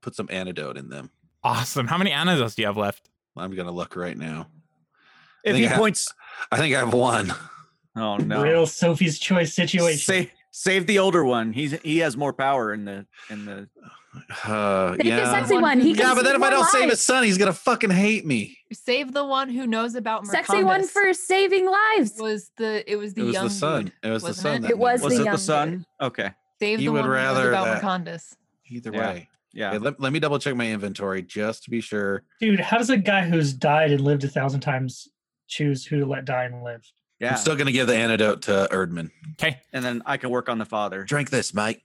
put some antidote in them Awesome. How many antidotes do you have left? i'm gonna look right now if think he I have- points i think i have one Oh no. Real Sophie's choice situation. Save, save the older one. He's he has more power in the in the uh Save the yeah sexy One one. who- He can yeah but save then if more i don't save lives. his son he's gonna fucking hate me Save the one who knows about Mercandus. sexy one for saving lives. was the it was the it was young the son dude, it was the wasn't son it? that It was was made the me- it young the dude. son? Okay. Save He the would one rather who knows about that. Mercandus. either Yeah. way Yeah. Yeah, let, let me double check my inventory just to be sure Dude, how does a guy who's died and lived a thousand times choose who to let die and live? Yeah. i'm still gonna give the antidote to erdman Okay. and then I can work on the father. drink this mate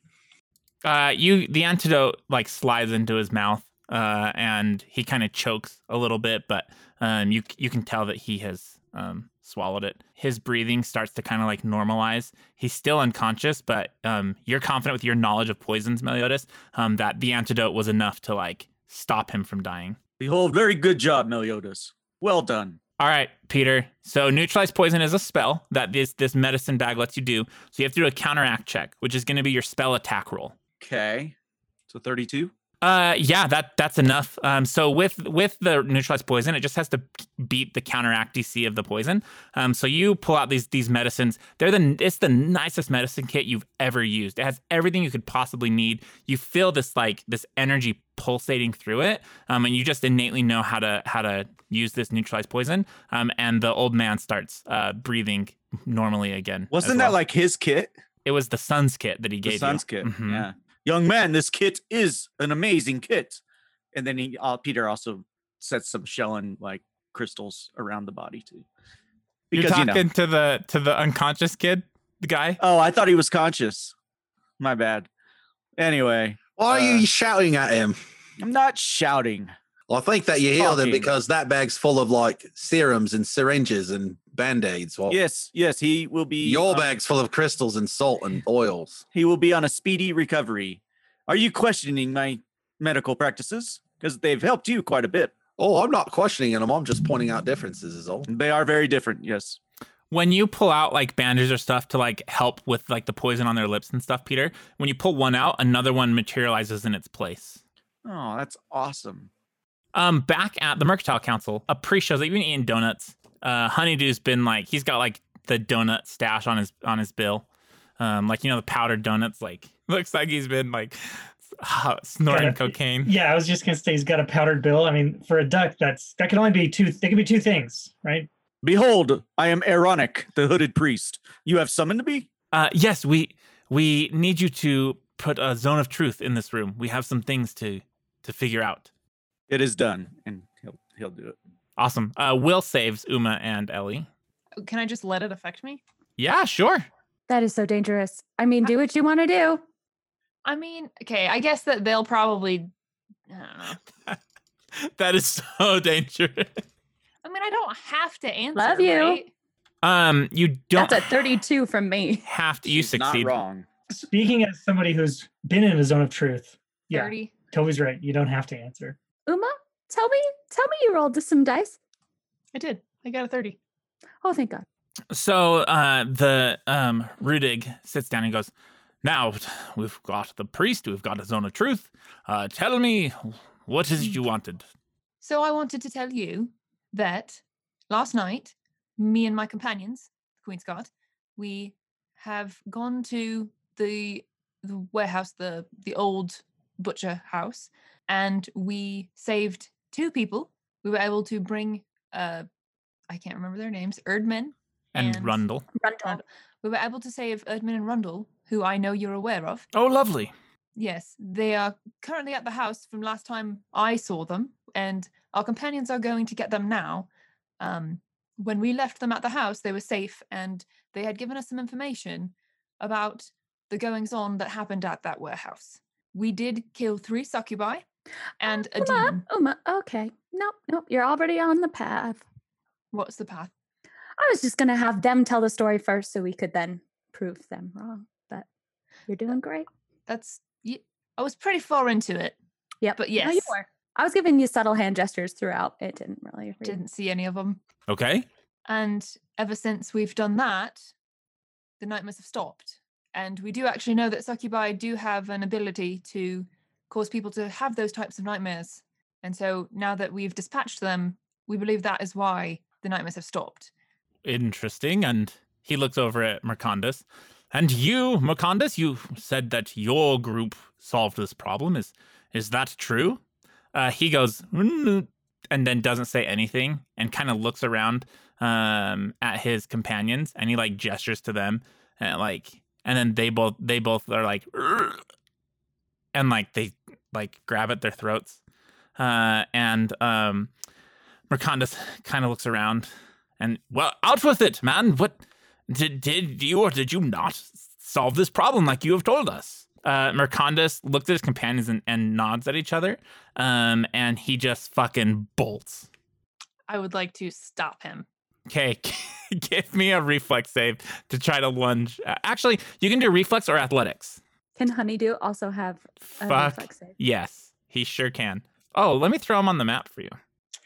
Uh, you the antidote like slides into his mouth, uh, and he kind of chokes a little bit, but um, you you can tell that he has um swallowed it. His breathing starts to kind of like normalize. He's still unconscious, but um, you're confident with your knowledge of poisons, Meliodas, um, that the antidote was enough to like stop him from dying. Behold, very good job, Meliodas. Well done. All right, Peter. So neutralize poison is a spell that this this medicine bag lets you do. So you have to do a counteract check, which is going to be your spell attack roll. Okay. So 32. Uh, yeah, that that's enough. Um, so with with the neutralized poison, it just has to beat the counteract DC of the poison. Um, so you pull out these these medicines. They're the it's the nicest medicine kit you've ever used. It has everything you could possibly need. You feel this like this energy pulsating through it, um, and you just innately know how to how to use this neutralized poison. Um, and the old man starts uh breathing normally again. as Wasn't well. that like his kit? it was the sun's kit that he gave The son's you? kit. Mhm. Yeah. Young man, this kit is an amazing kit. And then he uh, Peter also sets some shelling like crystals around the body too. You're Because you talking know. to the to the unconscious kid, the guy. Oh, I thought he was conscious. My bad. Anyway, why are Uh, you shouting at him I'm not shouting. Well, I think that you healed him Fucking- because that bag's full of like serums and syringes and band aids. Well, Yes, yes, he will be your um, bag's full of crystals and salt and oils. He will be on a speedy recovery. Are you questioning my medical practices? Because they've helped you quite a bit. Oh, I'm not questioning them. I'm just pointing out differences, is all. They are very different, yes. When you pull out like bandages or stuff to like help with like the poison on their lips and stuff, Peter, when you pull one out, another one materializes in its place. Oh, that's awesome. Um, back at the Mercantile Council, a priest shows that you've been eating donuts. Uh, Honeydew's been like he's got like the donut stash on his on his bill, um, like you know the powdered donuts. Like looks like he's been like snorting Kinda- cocaine. Yeah, I was just gonna say he's got a powdered bill. I mean, for a duck, that's that can only be two. They can be two things, right? Behold, I am Aaronic, the hooded priest. You have summoned me? Uh, yes, we we need you to put a zone of truth in this room. We have some things to to figure out. It is done. And he'll he'll do it. Awesome. Uh, Will saves Uma and Ellie. Oh, Can I just let it affect me? Yeah, sure. That is so dangerous. I mean, do what you want to do. I mean, okay, I guess that they'll probably. I don't know. That is so dangerous. I mean, I don't have to answer. Love you. right? Um, you don't That's a 32 from me. have to. You She's succeed. Not wrong. Speaking as somebody who's been in a zone of truth, yeah, 30. Toby's right. You don't have to answer. Uma, tell me, tell me you rolled some dice. I did. I got a 30. Oh, thank God. So uh, the um, Rudig sits down and goes, "Now we've got the priest. We've got a zone of truth. Uh, tell me, what is it you wanted?" So I wanted to tell you that last night, me and my companions, the Queen's Guard, we have gone to the the warehouse, the the old butcher house, and we saved two people. We were able to bring uh I can't remember their names, Erdmen. And, And- Rundle. Rundle. We were able to save Erdmen and Rundle, who I know you're aware of. Oh, lovely. Yes, they are currently at the house from last time I saw them, and our companions are going to get them now. Um, when we left them at the house, they were safe, and they had given us some information about the goings on that happened at that warehouse. We did kill three succubi Oh, and a Uma, demon. Uma, okay. Nope, nope. You're already on the path. What's the path? I was just going to have them tell the story first so we could then prove them wrong. But you're doing great. That's. y- I was pretty far into it. Yep. But No, you yes. were. I was giving you subtle hand gestures throughout. It didn't really. read. Didn't see any of them. Okay. And ever since we've done that, the nightmares have stopped. And we do actually know that succubi do have an ability to cause people to have those types of nightmares. And so now that we've dispatched them, we believe that is why the nightmares have stopped. Interesting. And he looks over at Mercandus. And you, Mercandus, you said that your group solved this problem. Is is that true? Uh, he goes "Mm," and then doesn't say anything and kind of looks around um, at his companions and he like gestures to them and like and then they both they both are like "Ugh," and like they like grab at their throats uh, and um, Mercandus kind of looks around and well, out with it, man. What did did you or did you not s- solve this problem like you have told us? Uh, Mercandus looks at his companions and, and nods at each other, um, and he just fucking bolts. I would like to stop him. Okay, give me a reflex save to try to lunge. Uh, actually, you can do reflex or athletics. Can Honeydew also have a Fuck reflex save? yes, he sure can. Oh, let me throw him on the map for you.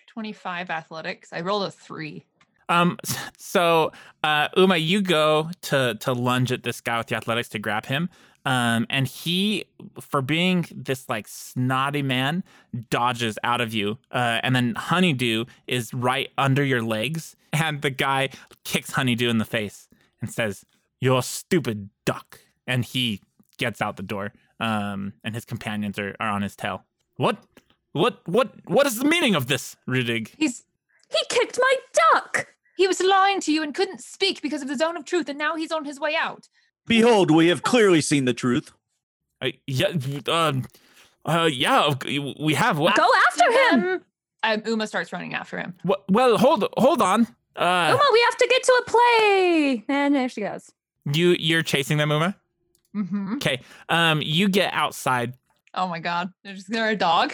25 athletics. I rolled a three. Um. s- So, uh, Uma, you go to to lunge at this guy with the athletics to grab him. Um, and he, for being this like snotty man, dodges out of you. Uh, and then Honeydew is right under your legs, and the guy kicks Honeydew in the face and says, "You're a stupid duck." And he gets out the door. Um, and his companions are, are on his tail. What? What? What? What is the meaning of this, Rudig? He's He kicked my duck. he was lying to you and couldn't speak because of the zone of truth, and now he's on his way out. Behold, we have clearly seen the truth. Uh, yeah, w- um, uh, yeah, of c- w- we have. Well, Go after him. Um, Uma starts running after him. w- well, hold, hold on. Uh, Uma, we have to get to a play. And there she goes. you, you're chasing them, Uma. hmm Okay. Um, you get outside. Oh my god. There's there a dog.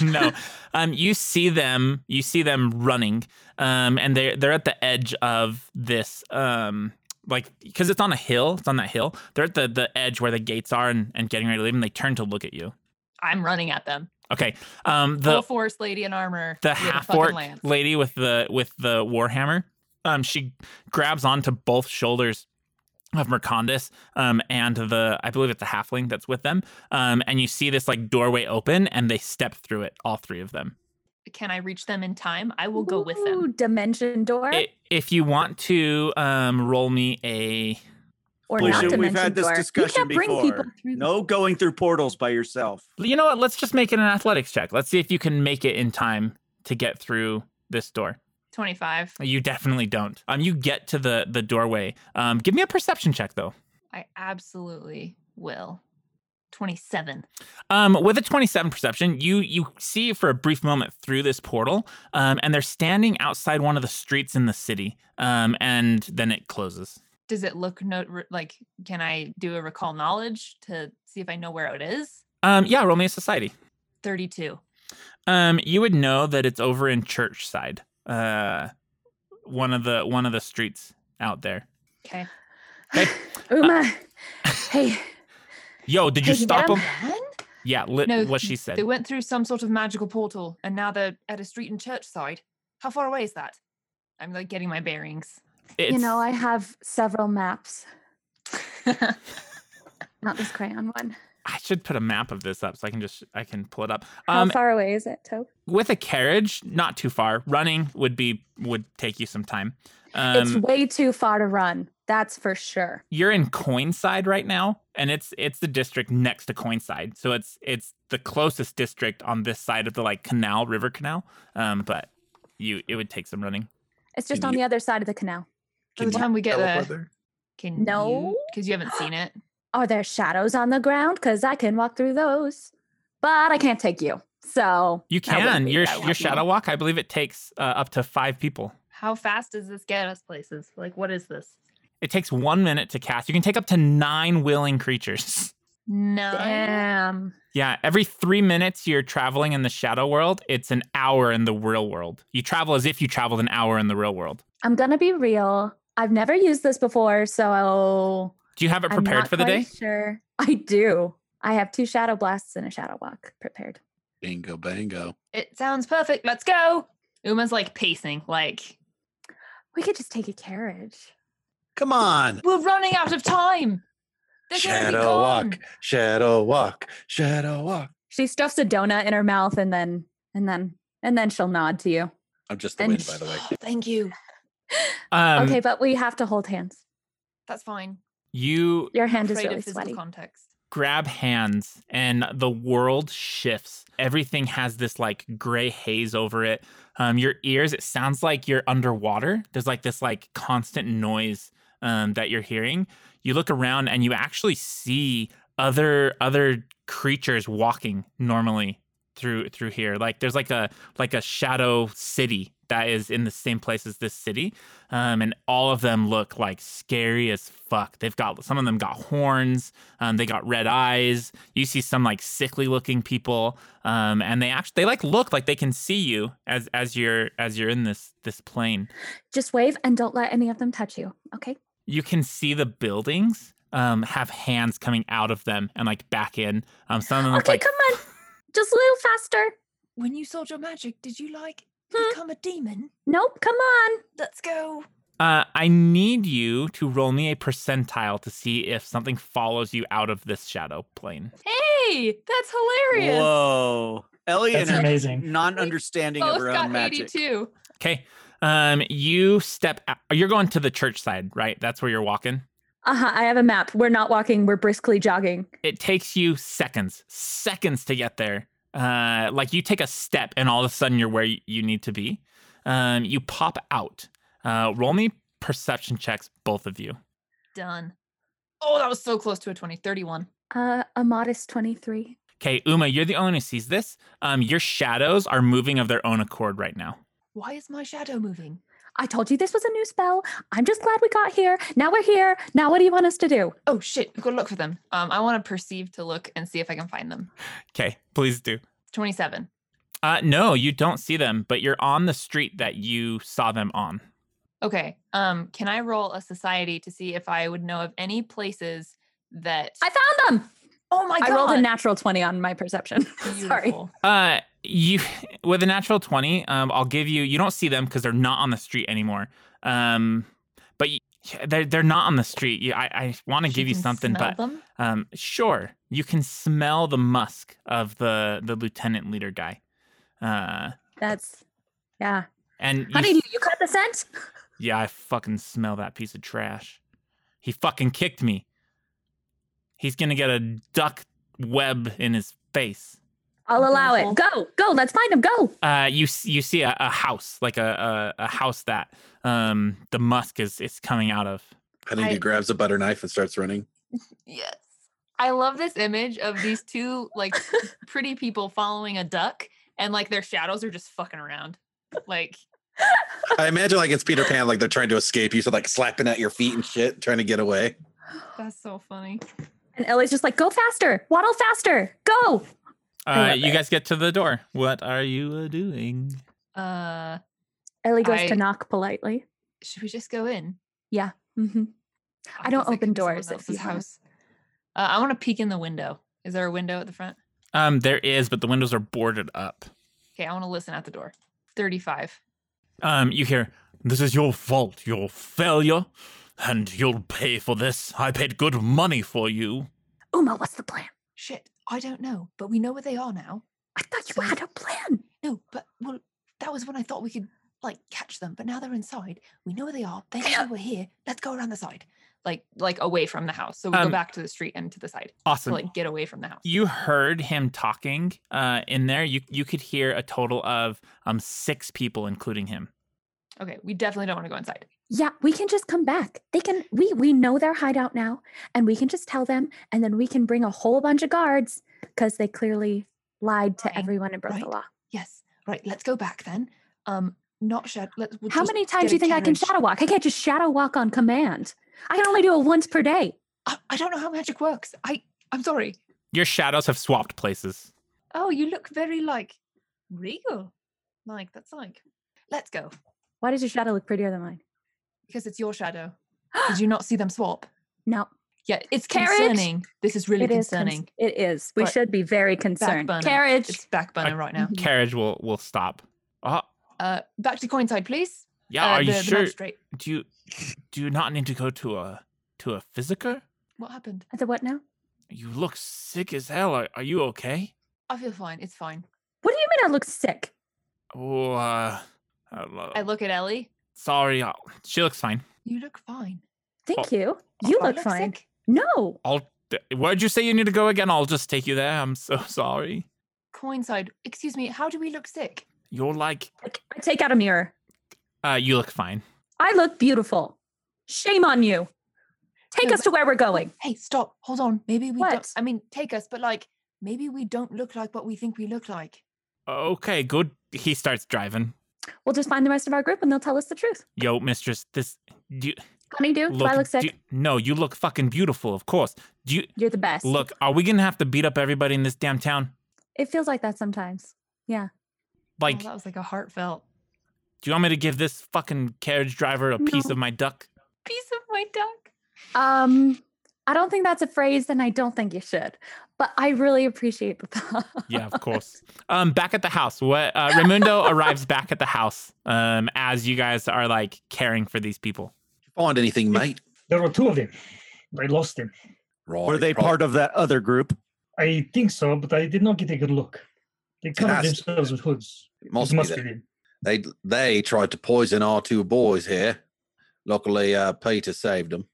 no, um, you see them. You see them running. Um, and they're they're at the edge of this. Um, like because it's on a hill. It's on that hill. They're at the the edge where the gates are and, and getting ready to leave. And they turn to look at you. I'm running at them. Okay. Um, the The Full force lady in armor. the with a half fucking orc lance. lady with the with the warhammer. Um, she grabs onto both shoulders of Mercandus um, and the I believe it's a halfling that's with them. Um, and you see this like doorway open, and they step through it, all three of them. Can I reach them in time? I will go with them. Ooh, dimension door I if you want to um, roll me a or Felicia, not we've dimension had this door. discussion you can't bring people before. through. No going through portals by yourself. you know what? Let's just make it an athletics check. Let's see if you can make it in time to get through this door. 25. You definitely don't. Um, you get to the the doorway. Um, give me a perception check though. I absolutely will. 27. Um, with a 27 perception, you you see for a brief moment through this portal, um, and they're standing outside one of the streets in the city. Um, and then it closes. Does it look no, re- like can I do a recall knowledge to see if I know where it is? Um, yeah, roll me a society. 32. Um, you would know that it's over in Churchside. Uh, one of the one of the streets out there. Okay. Uma, hey, Yo, uh, did you hey, stop young him? man? Yeah, li- No, what she said. They went through some sort of magical portal, and now they're at a street and church side. How far away is that? I'm like getting my bearings. You It's- know, I have several maps, not this crayon one. I should put a map of this up so I can just I can pull it up. How Um, far away is it, Tope? with a carriage, not too far. Running would be would take you some time. it's Um, way too far to run. That's for sure. you're in Coinside right now, and it's it's the district next to Coinside, so it's it's the closest district on this side of the like canal, river canal. Um, but you it would take some running. It's just Can on you- the other side of the canal. By the Can you time we get teleport there, can No. because you haven't seen it. Are there shadows on the ground? Because I can walk through those, but I can't take you. So You that wouldn't can be your that your lucky. shadow walk. I believe it takes uh, up to five people. How fast does this get us places? Like, what is this? It takes one minute to cast. You can take up to nine willing creatures. Nine. Damn. Yeah, every three minutes you're traveling in the shadow world, it's an hour in the real world. You travel as if you traveled an hour in the real world. I'm gonna be real. I've never used this before, so Do you have it I'm prepared not for the day? quite Sure, I do. I have two shadow blasts and a shadow walk prepared. Bingo, bango. It sounds perfect. Let's go. Uma's like pacing, like We could just take a carriage. Come on. we're running out of time. They're gonna be Shadow gone. walk, shadow walk, shadow walk. She stuffs a donut in her mouth and then and then and then she'll nod to you. I'm just the And wind, by the way. Thank you. Um, okay, but we have to hold hands. That's fine. You Your hand is Afraid really of physical sweaty. context. grab hands and the world shifts. Everything has this like gray haze over it. Um, your ears, it sounds like you're underwater. There's like this like constant noise um, that you're hearing. You look around and you actually see other other creatures walking normally through through here. Like there's like a like a shadow city that is in the same place as this city. Um, and all of them look like scary as fuck. They've got some of them got horns. Um, they got red eyes. You see some like sickly looking people, um, and they actually they like look like they can see you as as you're as you're in this this plane. Just wave and don't let any of them touch you. Okay. You can see the buildings um, have hands coming out of them and like back in. Um, some of them look okay, like come on. Just a little faster. When you saw your magic, did you like Hmm? become a demon? Nope, come on. Let's go. uh, I need you to roll me a percentile to see if something follows you out of this shadow plane. Hey, that's hilarious. Whoa. Ellie That's and her amazing. non-understanding of Both her got own magic. 82. Okay. Um, you step. Out, you're going to the church side, right? That's where you're walking. Uh-huh. I have a map. We're not walking, we're briskly jogging. it takes you seconds, seconds to get there. Uh, like you take a step and all of a sudden you're where y- you need to be. Um, you pop out. Uh, roll me perception checks, both of you. Done. Oh, that was so close to a 20. 31. Uh a modest 23. Okay, Uma, you're the only one who sees this. Um, your shadows are moving of their own accord right now. Why is my shadow moving? I told you this was a new spell. I'm just glad we got here. Now we're here. Now what do you want us to do? Oh shit, we've got to look for them. Um, I want to perceive to look and see if I can find them. Okay, please do. 27. Uh, no, you don't see them, but you're on the street that you saw them on. Okay. Um, can I roll a society to see if I would know of any places that I found them. Oh my I rolled a natural 20 on my perception. Sorry. Beautiful. Uh, you with a natural twenty. Um, I'll give you. You don't see them because they're not on the street anymore. Um, but you, they're they're not on the street. You, I I want to She give you can something, smell but them? um, sure, you can smell the musk of the the lieutenant leader guy. Uh, That's yeah. and you, Honey, you caught the scent? yeah, I fucking smell that piece of trash. He fucking kicked me. He's gonna get a duck web in his face. I'll allow it. Beautiful. Go, go. Let's find them. Go. uh, you s- you see a, a house like a, a a house that um the musk is is coming out of. Penny I- grabs a butter knife and starts running. Yes. I love this image of these two like pretty people following a duck and like their shadows are just fucking around. Like I imagine like it's Peter Pan, like they're trying to escape you, so like slapping at your feet and shit, trying to get away. that's so funny. And Ellie's just like, go faster. Waddle faster. Go. I Uh, love you it. guys get to the door. What are you uh, doing? Uh Ellie goes I- to knock politely. Should we just go in? hmm I don't guess could open be someone doors if else's you wanna- Uh, I want to peek in the window. Is there a window at the front? Um, there is, but the windows are boarded up. Okay, I want to listen at the door. 35. Um, you hear, this is your fault, your failure, and you'll pay for this. I paid good money for you. Uma, what's the plan? Shit, I don't know, but we know where they are now. I thought you So- had a plan. No, but well, that was when I thought we could like catch them, but now they're inside. We know where they are. They know we're here. Let's go around the side, like like away from the house. So we Um, go back to the street and to the side to Awesome. like get away from the house. you heard him talking uh, in there. You you could hear a total of um six people, including him. Okay, we definitely don't want to go inside. Yeah, we can just come back. They can we we know their hideout now, and we can just tell them, and then we can bring a whole bunch of guards because they clearly lied to Lying, everyone in right? Berthala. Yes, right. Let's go back then. Um, not shed. Let's. We'll How just many times get do you a think I can carriage. shadow walk? I can't just shadow walk on command. I can only do it once per day. I, I don't know how magic works. I I'm sorry. Your shadows have swapped places. Oh, you look very like regal. Like that's like. Let's go Why does your shadow look prettier than mine? because it's your shadow. Did you not see them swap? No, Yeah, it's Carriage? concerning. This is really it is. cons- concerning. it is. We But should be very concerned. burner. Carriage. It's back burner right now. Mhm. Carriage will will stop. Oh Uh, back to coinside, please. yeah, Uh, are you the- the sure? magistrate. Do you do you not need to go to a to a physicer? What happened? The what now? You look sick as hell. Are, are you okay? I feel fine. It's fine. What do you mean I look sick? Oh, uh, I don't know. I look at Ellie. sorry. uh, She looks fine. You look fine. Thank you. You Oh, I look look fine. sick. No. I'll. Where'd you say you need to go again? I'll just take you there. I'm so sorry. Coinside. Excuse me. How do we look sick? You're like, I take out a mirror. uh, you look fine. I look beautiful. Shame on you. Take No, us to where we're Oh, going. Hey, stop. Hold on. Maybe we. Don't, What? I mean, take us, but like, maybe we don't look like what we think we look like. Okay, good. He starts driving. We'll just find the rest of our group and they'll tell us the truth. Yo, mistress, this. Do you, Honeydew, do look, I look do sick? you- no, you look fucking beautiful, of course. Do you You're the best. look? Are we gonna have to beat up everybody in this damn town? It feels like that sometimes. Oh, Like, that was like a heartfelt do you want me to give this fucking carriage driver a piece No. of my duck? piece of my duck. Um, I don't think that's a phrase and I don't think you should. But I really appreciate the Yeah, of course. um, back at the house, what? Uh, Raimundo arrives back at the house. Um, as you guys are like caring for these people. Find anything, mate? There were two of them. I lost them. Right. Were they right. part of that other group? I think so, but I did not get a good look. They covered has to be themselves with hoods. It It must, must be be that. them. They they tried to poison our two boys here. Luckily, uh, Peter saved them.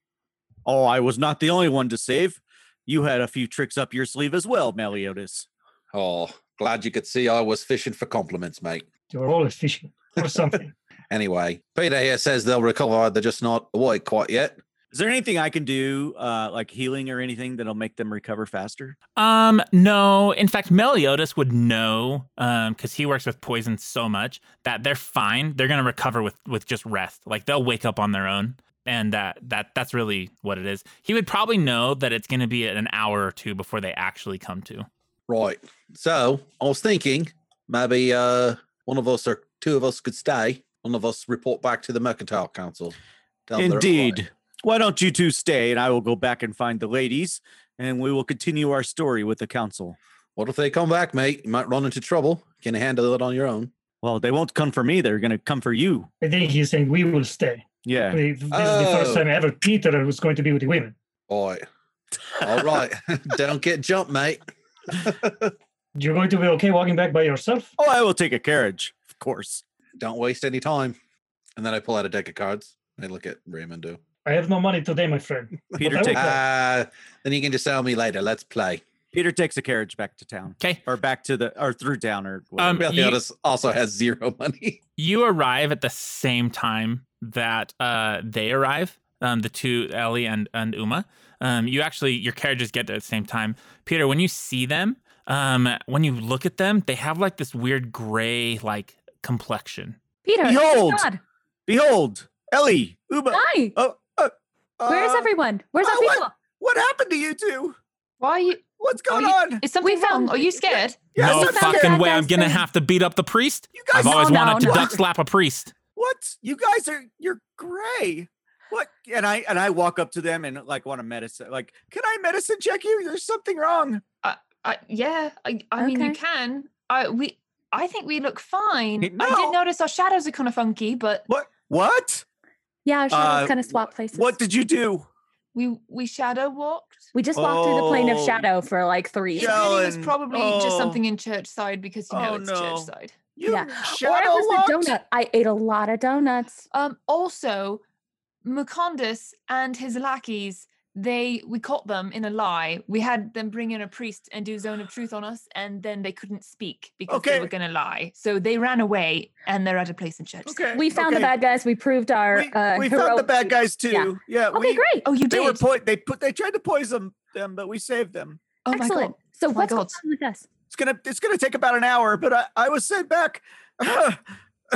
Oh, I was not the only one to save. You had a few tricks up your sleeve as well, Meliodas. Oh, glad you could see I was fishing for compliments, mate. They were all efficient or something. Anyway, Peter here says they'll recover. They're just not awake quite yet. Is there anything I can do, uh, like healing or anything that'll make them recover faster? Um, no. In fact, Meliodas would know, um, because he works with poison so much that they're fine. They're gonna recover with with just rest. Like they'll wake up on their own, and that that that's really what it is. He would probably know that it's gonna be an hour or two before they actually come to. Right. So I was thinking maybe uh, one of us or two of us could stay. One of us report back to the Mercantile Council. Tell them they're all right. Indeed. Why don't you two stay and I will go back and find the ladies and we will continue our story with the council. What if they come back, mate? You might run into trouble. Can you handle it on your own? Well, they won't come for me. They're going to come for you. I think he's saying we will stay. I Yeah. mean, This is the Oh. first time ever Peter was going to be with the women. All right. All right. Don't get jumped, mate. You're going to be okay walking back by yourself? Oh, I will take a carriage, of course. Don't waste any time. And then I pull out a deck of cards. I look at Raymundo. I have no money today, my friend. Peter, that take, was- Ah, then you can just sell me later. Let's play. Peter takes a carriage back to town Okay. or back to the or through town or Um, whatever. you- Meliodas also has zero money. You arrive at the same time that uh they arrive. Um, the two Ellie and and Uma. Um, you actually your carriages get there at the same time. Peter, when you see them, um, when you look at them, they have like this weird gray like complexion. Peter, oh my Behold! God. Behold, Ellie, Uba. Hi. Oh, oh, Where's uh, everyone? Where's our oh, what? people? What happened to you two? Why are you? What's Are going on? Is something We wrong? found- Are you scared? Yes, no I I'm found fucking that way! guy's I'm gonna friend. have to beat up the priest. You I've guys No, always no, wanted to no. duck slap a priest. what you guys are you're gray what and i and i walk up to them and like want to medicine like can i medicine check you there's something wrong I, yeah, I, I mean you Okay. can. I we I think we look fine. I No. did notice our shadows are kind of funky, but what what Yeah, our shadows Uh, kind of wh- swap places. what did you do we we shadow walked. we just walked through the plane of Oh, shadow for like three. It really was Jellin. probably just Oh. something in church side because you know Oh, it's no. church side. you Yeah. shadow or it was walked? the donut. I ate a lot of donuts. Um, also, Mukondus and his lackeys, they we caught them in a lie. We had them bring in a priest and do zone of truth on us, and then they couldn't speak because they Okay. were gonna lie. So they ran away and they're at a place in church. side. okay We found the okay. bad guys. We proved our we, uh, we heroic found the bad guys too Yeah. yeah, Okay, we, great. Oh, you they did. were po- they put they tried to poison them but we saved them oh my Excellent. god. So Oh my what's going God. on with us? it's gonna it's gonna take about an hour but i i was sent back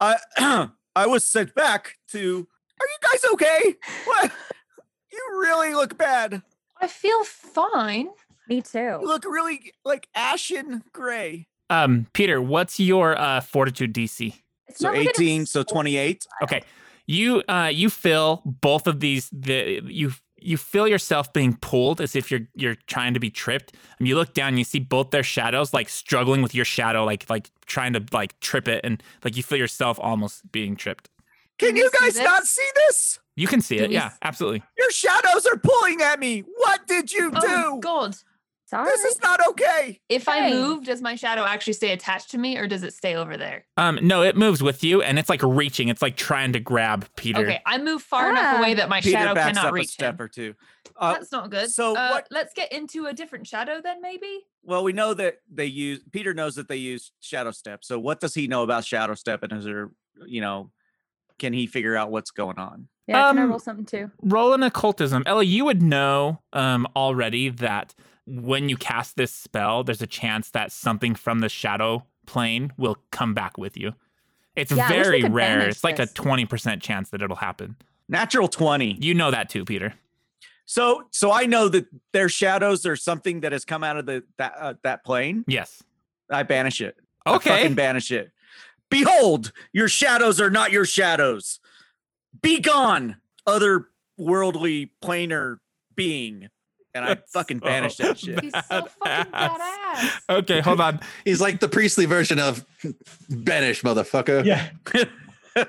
i i was sent back to are you guys okay what you really look bad I feel fine. Me too. You look really like ashen gray. Um, Peter, what's your uh, fortitude DC? It's So not like it- 18, so 28. Okay, you uh, you feel both of these. The you you feel yourself being pulled as if you're you're trying to be tripped. And you look down, and you see both their shadows like struggling with your shadow, like like trying to like trip it, and like you feel yourself almost being tripped. Can Can you you guys see not this? see this? You can see Do it, we yeah, s- absolutely. Your shadows are pulling at me. What did you Oh do? god. Sorry. This is not okay. If I Hey. move, does my shadow actually stay attached to me or does it stay over there? Um, no, it moves with you, and it's like reaching. It's like trying to grab Peter. Okay, I move far enough Ah. away that my shadow cannot reach him. or two. Uh, That's not good. so Uh, what- Let's get into a different shadow then, maybe. well, we know that they use Peter knows that they use shadow step. So what does he know about shadow step? And is there, you know, can he figure out what's going on? yeah, can I Um, roll something too? roll an occultism. Ellie, you would know um, already that when you cast this spell, there's a chance that something from the shadow plane will come back with you. It's Yeah, I wish we very could rare. manage It's like this. a 20% chance that it'll happen. Natural 20. You know that too, Peter. So so I know that their shadows are something that has come out of the that uh, that plane. Yes. I banish it. I Okay. fucking banish it. Behold, your shadows are not your shadows. Be gone, other worldly planar being. And I That's fucking so banished that shit. He's so fucking badass. Okay, hold on. He's like the priestly version of banish, motherfucker. Yeah.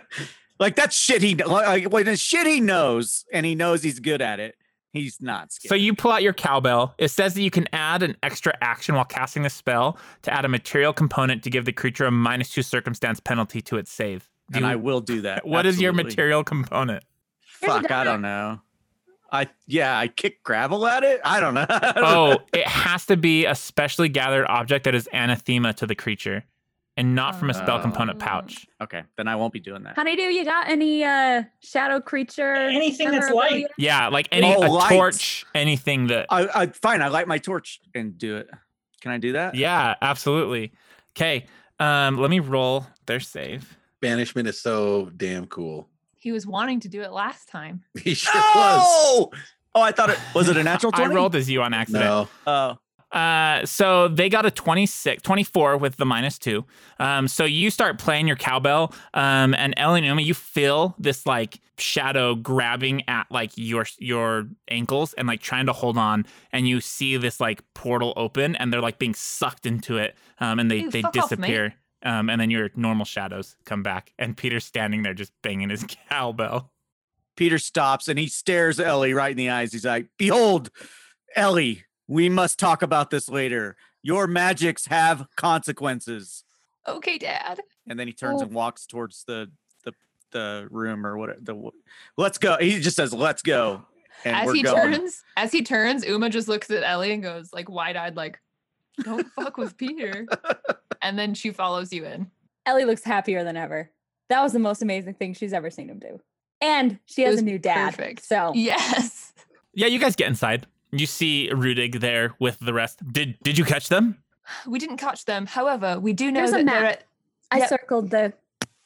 like that's shit he like when it's shit he knows and he knows he's good at it, he's not scared. So you pull out your cowbell. It says that you can add an extra action while casting the spell to add a material component to give the creature a minus two circumstance penalty to its save. Do and I you- will do that. What is your absolutely. material component? Here's a Fuck, I don't know. I yeah, I kick gravel at it. I don't know. oh, it has to be a specially gathered object that is anathema to the creature and not from a spell Oh. component pouch. okay, then I won't be doing that. Honeydew, you got any uh shadow creature? Anything that's memorabilia? light. Yeah, like any Oh, a lights. Uh, torch, anything that. I, I fine. I light my torch and do it. Can I do that? yeah, absolutely. Okay, um, let me roll their save. Banishment is so damn cool. He was wanting to do it last time. He sure No! Oh, I thought it was it a natural I 20? rolled as you on was. accident. No. Oh, Uh, so they got a 26, 24 with the minus two. Um, so you start playing your cowbell, um, and Ellie and Uma, you feel this like shadow grabbing at like your your ankles and like trying to hold on, and you see this like portal open, and they're like being sucked into it, um, and they Ew, they fuck off, mate. disappear. um, and then your normal shadows come back, and Peter's standing there just banging his cowbell. Peter stops and he stares Ellie right in the eyes. He's like, "Behold, Ellie, we must talk about this later. Your magics have consequences." Okay, Dad. And then he turns Oh. and walks towards the the the room or what the w- let's go. He just says, "Let's go." And as we're he going. turns, as he turns, Uma just looks at Ellie and goes like wide-eyed, like, "Don't fuck with Peter." And then she follows you in. Ellie looks happier than ever. That was the most amazing thing she's ever seen him do. And she has was a new dad. perfect. So Yes. Yeah, you guys get inside. You see Rudig there with the rest. Did did you catch them? We didn't catch them. However, we do know There's a that they're map. at I Yep. circled the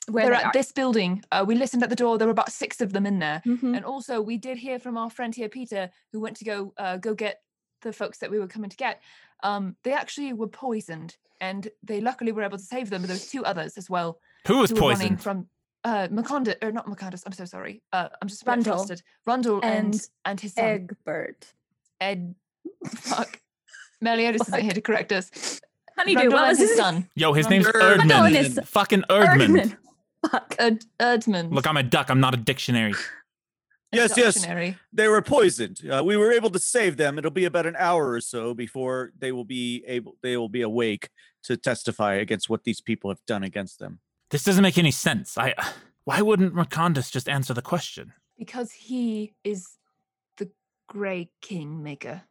where they're they at are. this building. Uh, we listened at the door. There were about six of them in there. Mhm. And also, we did hear from our friend here, Peter, who went to go uh, go get the folks that we were coming to get. Um, they actually were poisoned, and they luckily were able to save them. But there was two others as well Who was who were running poisoned? from uh Maconda or not Macondus, I'm so sorry. Uh I'm just a bit Rundle. flustered. Rundle and And and his son Egbert. Ed fuck. Meliodas isn't here to correct us. Honeydew, Rundle what and was his his son. Yo, his name's Erdman. Adonis. Fucking Erdman. Erdman. Fuck. Erd- Erdman. Look, I'm a duck. I'm not a dictionary. Yes, yes. Dictionary. They were poisoned. Uh, we were able to save them. It'll be about an hour or so before they will be able they will be awake to testify against what these people have done against them. This doesn't make any sense. I. Why wouldn't Mercandus just answer the question? Because he is the Grey Kingmaker.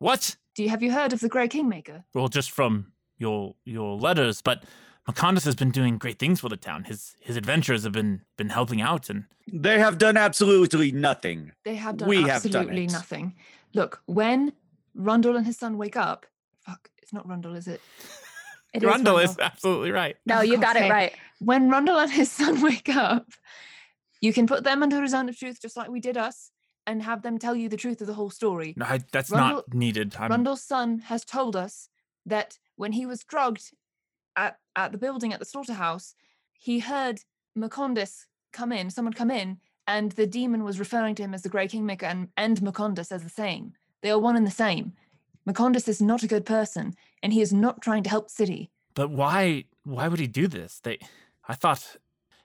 What? Do you have you heard of the Grey Kingmaker? Well, just from your your letters, but Mercandus has been doing great things for the town. His his adventures have been been helping out, and They have done absolutely nothing. They have done We have done absolutely it. nothing. Look, when Rundle and his son wake up, fuck, it's not Rundle, is it? It is Grundle is Rundle. absolutely right. No, you got it Okay. right. when Rundle and his son wake up, you can put them under a zone of truth, just like we did us, and have them tell you the truth of the whole story. No, I, that's not Rundle- needed. I'm, Rundle's son has told us that when he was drugged at, at the building at the slaughterhouse, he heard Macondus come in, someone come in, and the demon was referring to him as the Grey Kingmaker and, and Macondus as the same. They are one and the same. Macondus is not a good person, and he is not trying to help the city. But why why would he do this? They I thought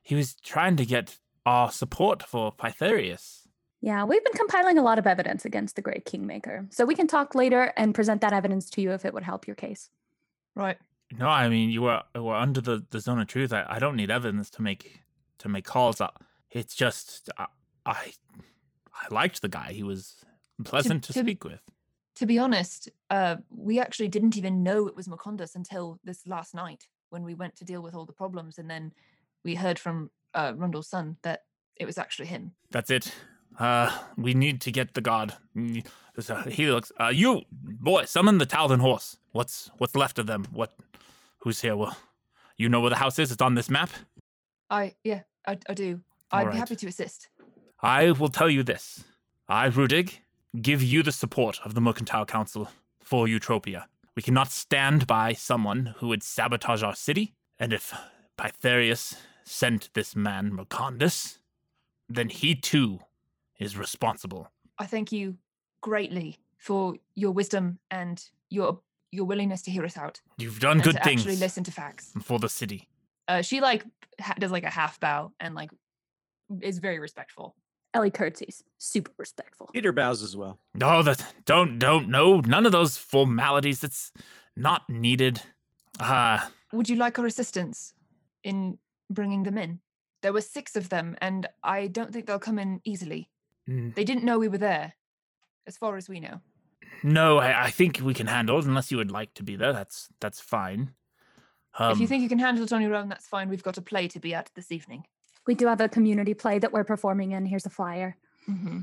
he was trying to get our support for Pytherius. Yeah, we've been compiling a lot of evidence against the Great Kingmaker. So we can talk later and present that evidence to you if it would help your case. Right. No, I mean you were you were under the, the zone of truth. I, I don't need evidence to make to make calls. I, it's just I, I I liked the guy. He was pleasant to, to- speak with. to be honest, uh, we actually didn't even know it was Macondus until this last night when we went to deal with all the problems, and then we heard from uh, Rundle's son that it was actually him. That's it. Uh, we need to get the guard. Mm, so He looks. Uh, you boy, summon the Talden horse. What's what's left of them? What? Who's here? Well, you know where the house is. It's on this map. I yeah, I, I do. I'd Alright. be happy to assist. I will tell you this. I, Rudig, give you the support of the Mercantile Council for Eutropia. We cannot stand by someone who would sabotage our city, and if Pytherius sent this man Mercandus, then he too is responsible. I thank you greatly for your wisdom and your your willingness to hear us out You've done and good to things actually listen to facts. for the city. Uh, she like ha- does like a half bow and like is very respectful. Ellie curtsies, super respectful. Peter bows as well. No, that don't don't no, none of those formalities. That's not needed. Uh Would you like our assistance in bringing them in? There were six of them, and I don't think they'll come in easily. n- They didn't know we were there, as far as we know. no, I, I think we can handle it unless you would like to be there. That's that's fine. Um, if you think you can handle it on your own, that's fine. We've got a play to be at this evening. We do have a community play that we're performing in. Here's a flyer. Mm-hmm.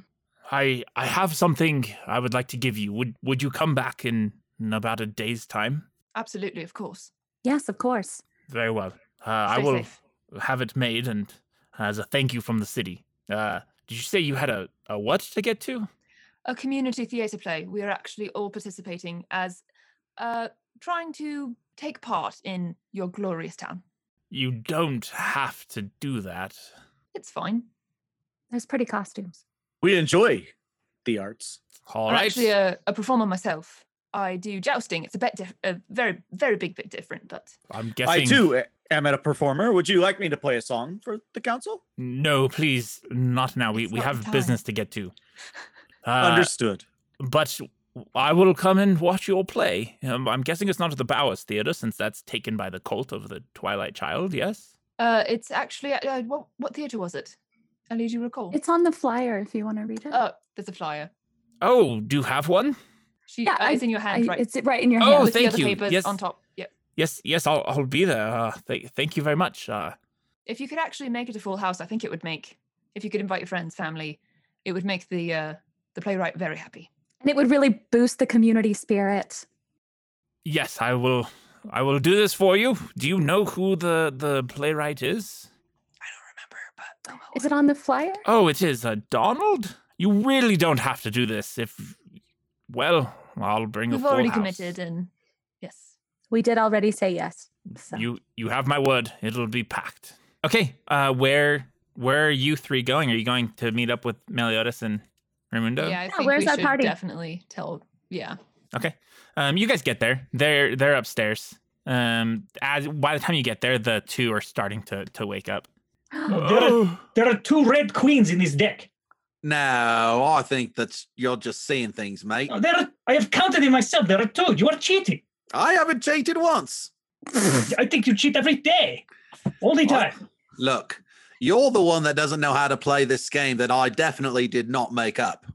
I I have something I would like to give you. Would would you come back in, in about a day's time? Absolutely, of course. Yes, of course. Very well. Uh, I Stay will safe. have it made and as a thank you from the city. Uh, did you say you had a, a what to get to? A community theatre play. We are actually all participating as uh, trying to take part in your glorious town. You don't have to do that. It's fine. There's pretty costumes. We enjoy the arts. All I'm right. actually a, a performer myself. I do jousting. It's a bit diff- a very, very big bit different, but I'm guessing. I too a- am a performer. Would you like me to play a song for the council? No, please, not now. We It's we not have the time. business to get to. Uh, Understood. But I will come and watch your play. Um, I'm guessing it's not at the Bowers Theater since that's taken by the cult of the Twilight Child. Yes. Uh, it's actually at- uh, what what theater was it? Ellie, do you recall? It's on the flyer if you want to read it. oh, there's a flyer. Oh, do you have one? She Yeah, uh, I- it's in your I- hand, right? It's right in your Oh, hand. with the thank other you. papers Yes. on top. Yep. Yes, yes, I'll I'll be there. Uh, th- thank you very much. Uh, If you could actually make it a full house, I think it would make. If you could invite your friends, family, it would make the uh, the playwright very happy. And it would really boost the community spirit. yes, I will. I will do this for you. Do you know who the the playwright is? I don't remember, but oh, well. Is it on the flyer? Oh, it is uh, Donald. You really don't have to do this. If well, I'll bring a we've full already house. committed, and yes, We did already say yes. So. You you have my word. It'll be packed. Okay, uh, where where are you three going? Are you going to meet up with Meliodas and Raimundo? Yeah, I think where's we that should party? definitely tell. Yeah. Um, you guys get there. They're they're upstairs. Um, as by the time you get there, the two are starting to to wake up. there, Oh. are, there are two red queens in this deck. No, I think that's you're just seeing things, mate. Oh, there are, I have counted it myself. There are two. You are cheating. I haven't cheated once. I think you cheat every day. All the What? time. Look, you're the one that doesn't know how to play this game that I definitely did not make up.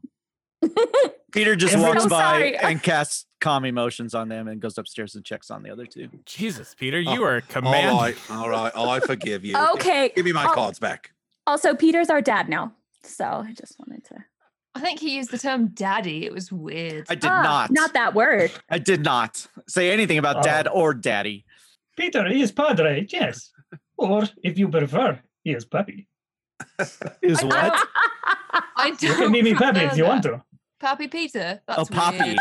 Peter just I'm so walks by sorry. and casts calm emotions on them and goes upstairs and checks on the other two. Jesus, Peter, you Oh, are command. All right, all right, I forgive you. okay. Give me my Oh. cards back. Also, Peter's our dad now. So I just wanted to. I think he used the term daddy. It was weird. I did Ah, not. Not that word. I did not say anything about Uh, Oh. dad or daddy. Peter is padre, yes. Or if you prefer, he is puppy. Is I- what? I You can don't be me puppy if prefer you want that. to. Pappy Peter. That's Oh, Poppy. weird.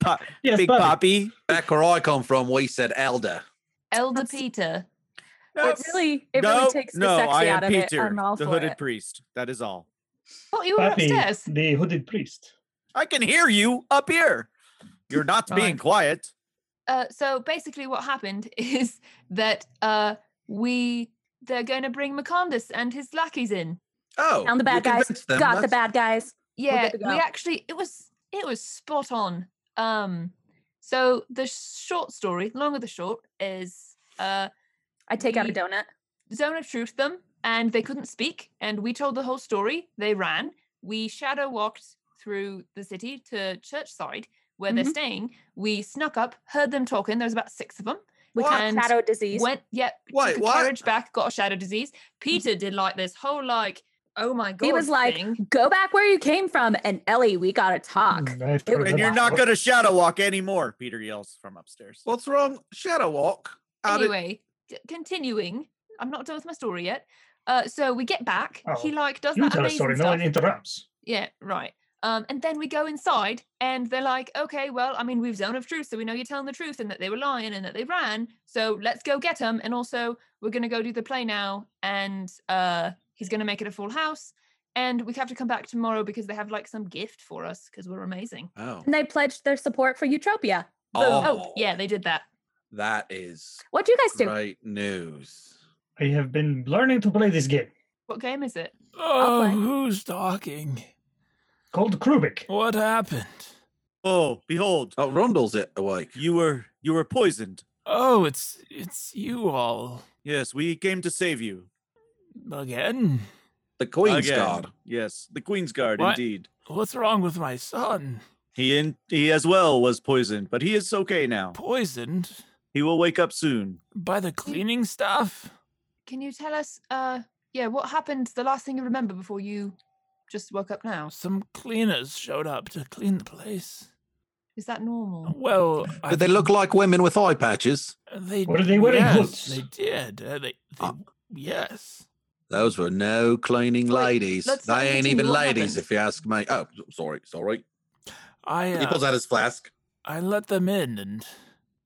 Pop- Yes, Big puppy. Poppy. Back where I come from, we said elder. Elder That's- Peter. it really, it really Nope. takes the no, sexy I am out of Peter, it. I'm all the for hooded it. priest. That is all. Thought you were Puppy, upstairs. the hooded priest. I can hear you up here. You're not being Fine. quiet. Uh, so basically, what happened is that uh, we they're going to bring Macondus and his lackeys in. Oh, Found the you bad guys. convinced them, Got the that's- bad guys. Yeah, good to we go. actually it was it was spot on. Um, so the short story, long of the short, is uh, I take out a We- donut. Zone of Truth them, and they couldn't speak. And we told the whole story. They ran. We shadow walked through the city to Churchside, where they're Mhm. staying. We snuck up, heard them talking. There was about six of them. We What? caught And shadow disease. Went, yeah, Wait, took a what? carriage back, got a shadow disease. Peter did like this whole like, oh my god, He was like, thing. Go back where you came from. And Ellie, we got to talk. Mm, I've It heard was- of And you're that. not going to shadow walk anymore, Peter yells from upstairs. What's wrong? Shadow walk. How did- anyway, c- continuing. I'm not done with my story yet. Uh, so we get back. He Oh, like does You that tell a amazing story, no stuff. one interrupts. Yeah, right. Um, and then we go inside, and they're like, "Okay, well, I mean, we've zone of truth, so we know you're telling the truth, and that they were lying, and that they ran. So let's go get them. And also, we're gonna go do the play now, and uh, he's gonna make it a full house, and we have to come back tomorrow because they have like some gift for us because we're amazing. Oh. And they pledged their support for Eutropia. Boom. Oh. oh, yeah, they did that. That is What do you guys do? great news. I have been learning to play this game What game is it? I'll Oh, play. who's talking? called Krubik. What happened? Oh, behold, Oh, Rundle's it awake. you were you were poisoned. Oh, it's it's you all Yes, we came to save you. again. The Queen's Again. Guard. Yes, the Queen's Guard, What? indeed. What's wrong with my son? He in, he as well was poisoned, but he is okay now. Poisoned He will wake up soon. by the cleaning stuff? Can you tell us? Uh, yeah, what happened? The last thing you remember before you just woke up now. Some cleaners showed up to clean the place. Is that normal? Well, I- uh, Did they look like women with eye patches? They Were they wearing yes, hoods? They did. Uh, they, they, Ah. yes. Those were no cleaning Wait, ladies. let's not They ain't continue. even What ladies, happened? if you ask me. Oh, sorry, sorry. I He pulls uh, out his flask. I let them in, and,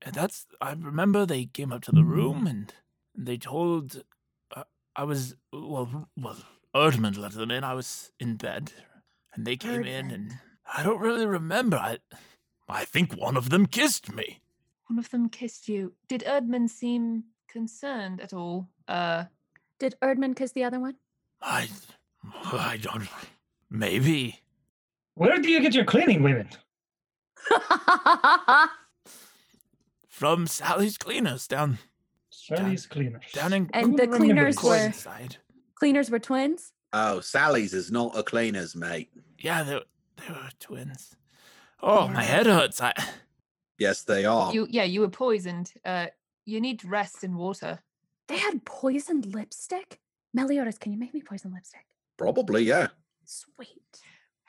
and that's. I remember they came up to Mm-hmm. the room, and they told. Uh, I was well, well. Erdman let them in. I was in bed, and they came in, Erdmund. and I don't really remember. I, I think one of them kissed me. One of them kissed you. Did Erdman seem concerned at all? Uh, Did Erdman kiss the other one? I, I don't. Maybe. Where do you get your cleaning women? From Sally's cleaners down Sally's cleaners. down in And the Couldn't remember cleaners this. were Coin. Coinside. cleaners were twins. Oh, Sally's is not a cleaner's, mate. Yeah, they, they were twins. Oh, my head hurts. I Yes, they Oh. are. you yeah, you were poisoned. Uh, you need rest and water. They had poisoned lipstick. Meliodas, can you make me poison lipstick? Probably, yeah. Sweet.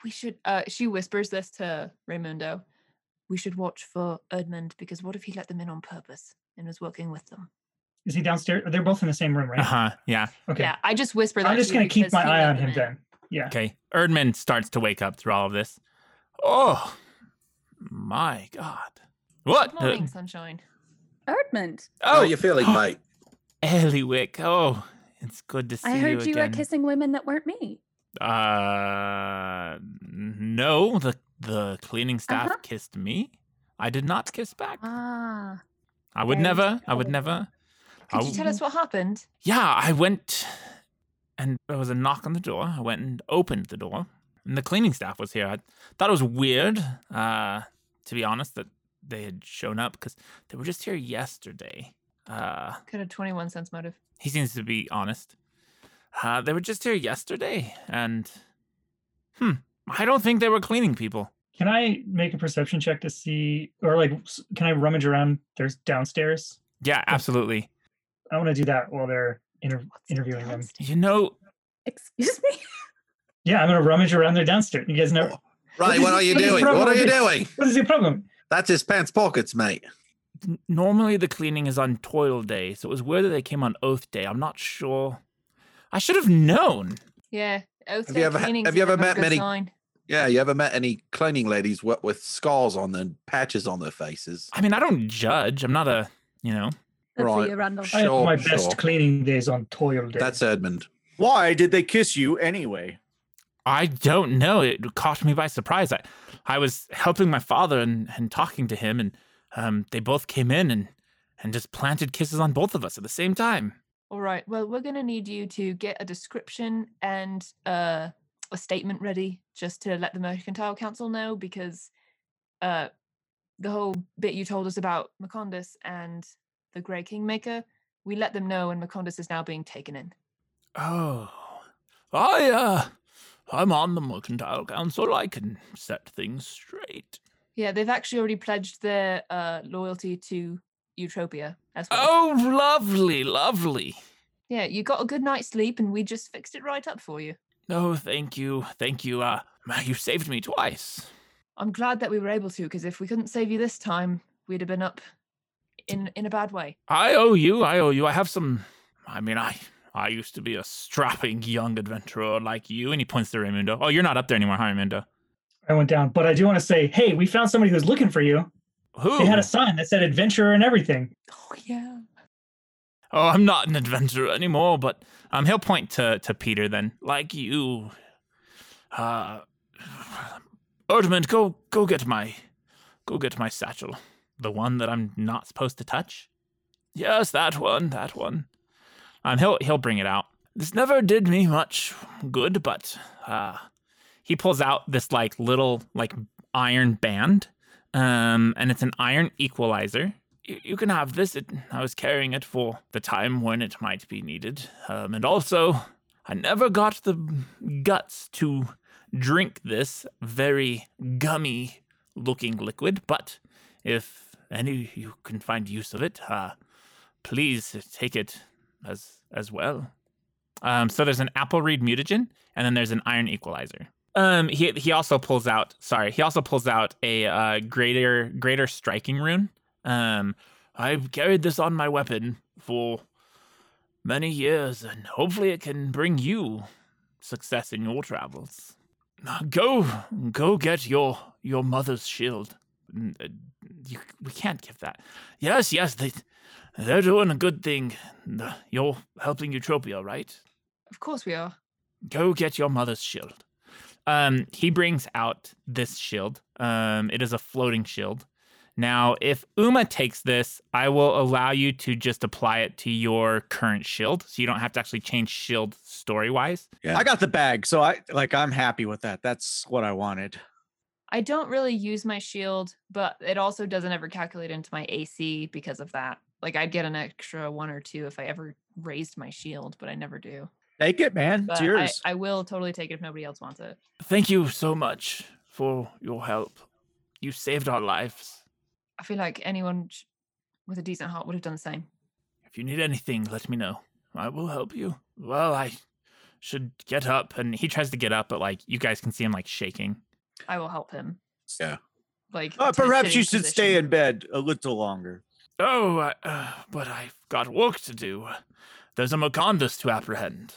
We should. Uh, she whispers this to Raimundo. We should watch for Erdmund because what if he let them in on purpose and was working with them? Is he downstairs? They're both in the same room, right? uh huh. Yeah. Okay. Yeah, I just whisper that. I'm just going to gonna you keep because my he eye let on them him in. then. Yeah. Okay. Erdman starts to wake up through all of this. Oh, my God. What? Good the- uh, oh, morning, sunshine. Erdmund. Oh. How are you feeling, mate? Eliwick. Oh, It's good to see I heard you, were again. kissing women that weren't me. Uh, no. The the cleaning staff Uh-huh. kissed me. I did not kiss back. Ah. I would very never. I would cool. never. I Could you w- tell us what happened? Yeah, I went and there was a knock on the door. I went and opened the door, and the cleaning staff was here. I thought it was weird, uh, to be honest, that they had shown up because they were just here yesterday. Uh, Could have 21 cents motive. he seems to be honest. Uh, they were just here yesterday, and hmm, I don't think they were cleaning people. Can I make a perception check to see, or like, s- can I rummage around? There's downstairs. Yeah, absolutely. I want to do that while they're inter- interviewing them. You know, Excuse me. Yeah, I'm gonna rummage around their downstairs. You guys know Right, what are you doing? What are you doing? what is your problem? That's his pants pockets, mate. n- normally the cleaning is on toil day, so it was weird that they came on oath day. I'm not sure. I should have known. Yeah. Oath Have you day ever ha- cleaning's have you ever never a met good many- sign. Yeah, you ever met any cleaning ladies wi- with scars on them, patches on their faces? I mean, I don't judge. I'm not a, you know. Good for Right. you, Randall. I have Sure, my best sure. cleaning days on toil day. That's Edmund. Why did they kiss you anyway? I don't know. It caught me by surprise. I, I was helping my father and, and talking to him, and um, they both came in and, and just planted kisses on both of us at the same time. All right. Well, we're going to need you to get a description and uh, a statement ready just to let the Mercantile Council know because uh, the whole bit you told us about Macondus and the Grey Kingmaker, we let them know, and Macondus is now being taken in. Oh, I, uh, I'm on the Mercantile Council. I can set things straight. Yeah, they've actually already pledged their uh, loyalty to Eutropia as well. Oh, lovely, lovely. Yeah, you got a good night's sleep, and we just fixed it right up for you. Oh, thank you, thank you. Uh, you saved me twice. I'm glad that we were able to, because if we couldn't save you this time, we'd have been up in in a bad way. I owe you. I owe you. I have some. I mean, I I used to be a strapping young adventurer like you. And he points to Raimundo. Oh, you're not up there anymore, huh, Raimundo? I went down, but I do want to say, hey, we found somebody who's looking for you. Who? They had a sign that said adventurer and everything. Oh yeah. Oh, I'm not an adventurer anymore. But um, he'll point to to Peter then. Like you. Uh, Erdmund, go go get my go get my satchel, the one that I'm not supposed to touch. Yes, that one, that one. Um, he'll he'll bring it out. This never did me much good, but uh, he pulls out this like little like iron band, um, and it's an iron equalizer. You, you can have this. It, I was carrying it for the time when it might be needed, um, and also I never got the guts to drink this very gummy looking liquid, but if any you can find use of it, uh, please take it as as well. Um, so there's an apple reed mutagen, and then there's an iron equalizer. Um, he he also pulls out. Sorry, he also pulls out a uh, greater greater striking rune. Um, I've carried this on my weapon for many years, and hopefully it can bring you success in your travels. Now Go, go get your your mother's shield. N- uh, You, we can't give that. Yes, yes, they they're doing a good thing. The- You're helping Eutropia, right? Of course we are. Go get your mother's shield. Um, he brings out this shield. Um, it is a floating shield. Now, if Uma takes this, I will allow you to just apply it to your current shield, so you don't have to actually change shield story wise. Yeah. I got the bag, so I like I'm happy with that. That's what I wanted. I don't really use my shield, but it also doesn't ever calculate into my AC because of that. Like I'd get an extra one or two if I ever raised my shield, but I never do. Take it, man. But It's I- yours. I, will totally take it if nobody else wants it. Thank you so much for your help. You saved our lives. I feel like anyone sh- with a decent heart would have done the same. If you need anything, let me know. I will help you. Well, I should get up. And he tries to get up, but like you guys can see him like shaking. I will help him. Yeah. Like Uh, to a perhaps sitting you should stay position. in bed a little longer. Oh, I, uh, but I've got work to do. There's a Macondus to apprehend.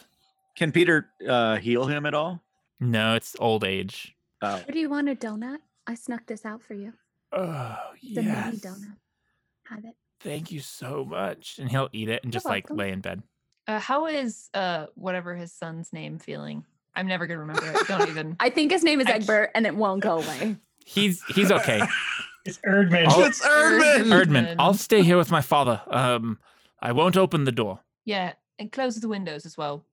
Can Peter uh, heal him at all? No, it's old age. Oh. What do you want a donut? I snuck this out for you. Oh, The mini yes. donut. Have it. Thank you so much. And he'll eat it and You're just like welcome. lay in bed. Uh, how is uh whatever his son's name feeling? I'm never gonna remember it. Don't even. I think his name is I c- Egbert, and it won't go away. He's he's okay. It's Erdman. Oh. it's Erdman. Erdman, I'll stay here with my father. Um, I won't open the door. Yeah, and closes the windows as well.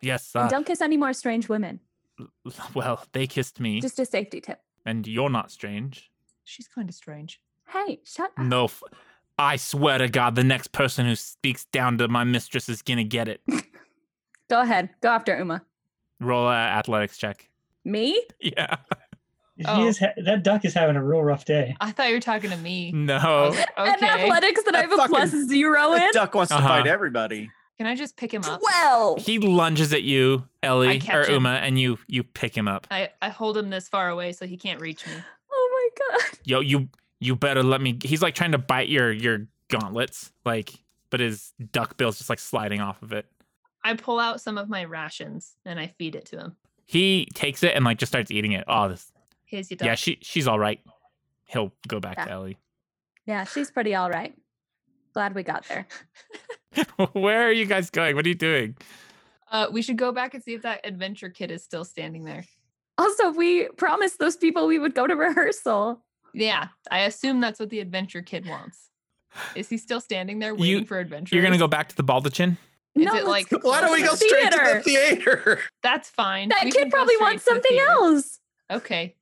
Yes. And Uh, don't kiss any more strange women. well, they kissed me, Just a safety tip. and you're not strange. She's kind of strange. Hey, shut up. No, f- I swear to God, the next person who speaks down to my mistress is gonna get it. Go ahead. Go after Uma. Roll a athletics check. Me? Yeah. Oh. He is ha- that duck is having a real rough day. I thought you were talking to me. No. Okay. And athletics that I have a That plus fucking- zero in? The duck wants to Uh-huh. fight everybody. Can I just pick him up? Twelve. He lunges at you, Ellie catch or him. Uma, and you you pick him up. I, I hold him this far away so he can't reach me. Oh my god. Yo, you you better let me. He's like trying to bite your your gauntlets, like, but his duck bill's just like sliding off of it. I pull out some of my rations and I feed it to him. He takes it and like just starts eating it. Oh, this. Here's your duck. Yeah, she she's all right. He'll go back to Yeah. Ellie. Yeah, she's pretty all right. Glad we got there. Where are you guys going? What are you doing? uh, we should go back and see if that adventure kid is still standing there. Also, we promised those people we would go to rehearsal. Yeah, I assume that's what the adventure kid wants. Is he still standing there You- waiting for adventure? You're gonna go back to the Baldachin? Is no, it let's like- go Why don't we to go the straight to theater. the theater? That's fine. That we can kid go probably straight wants to the something theater. else. Okay,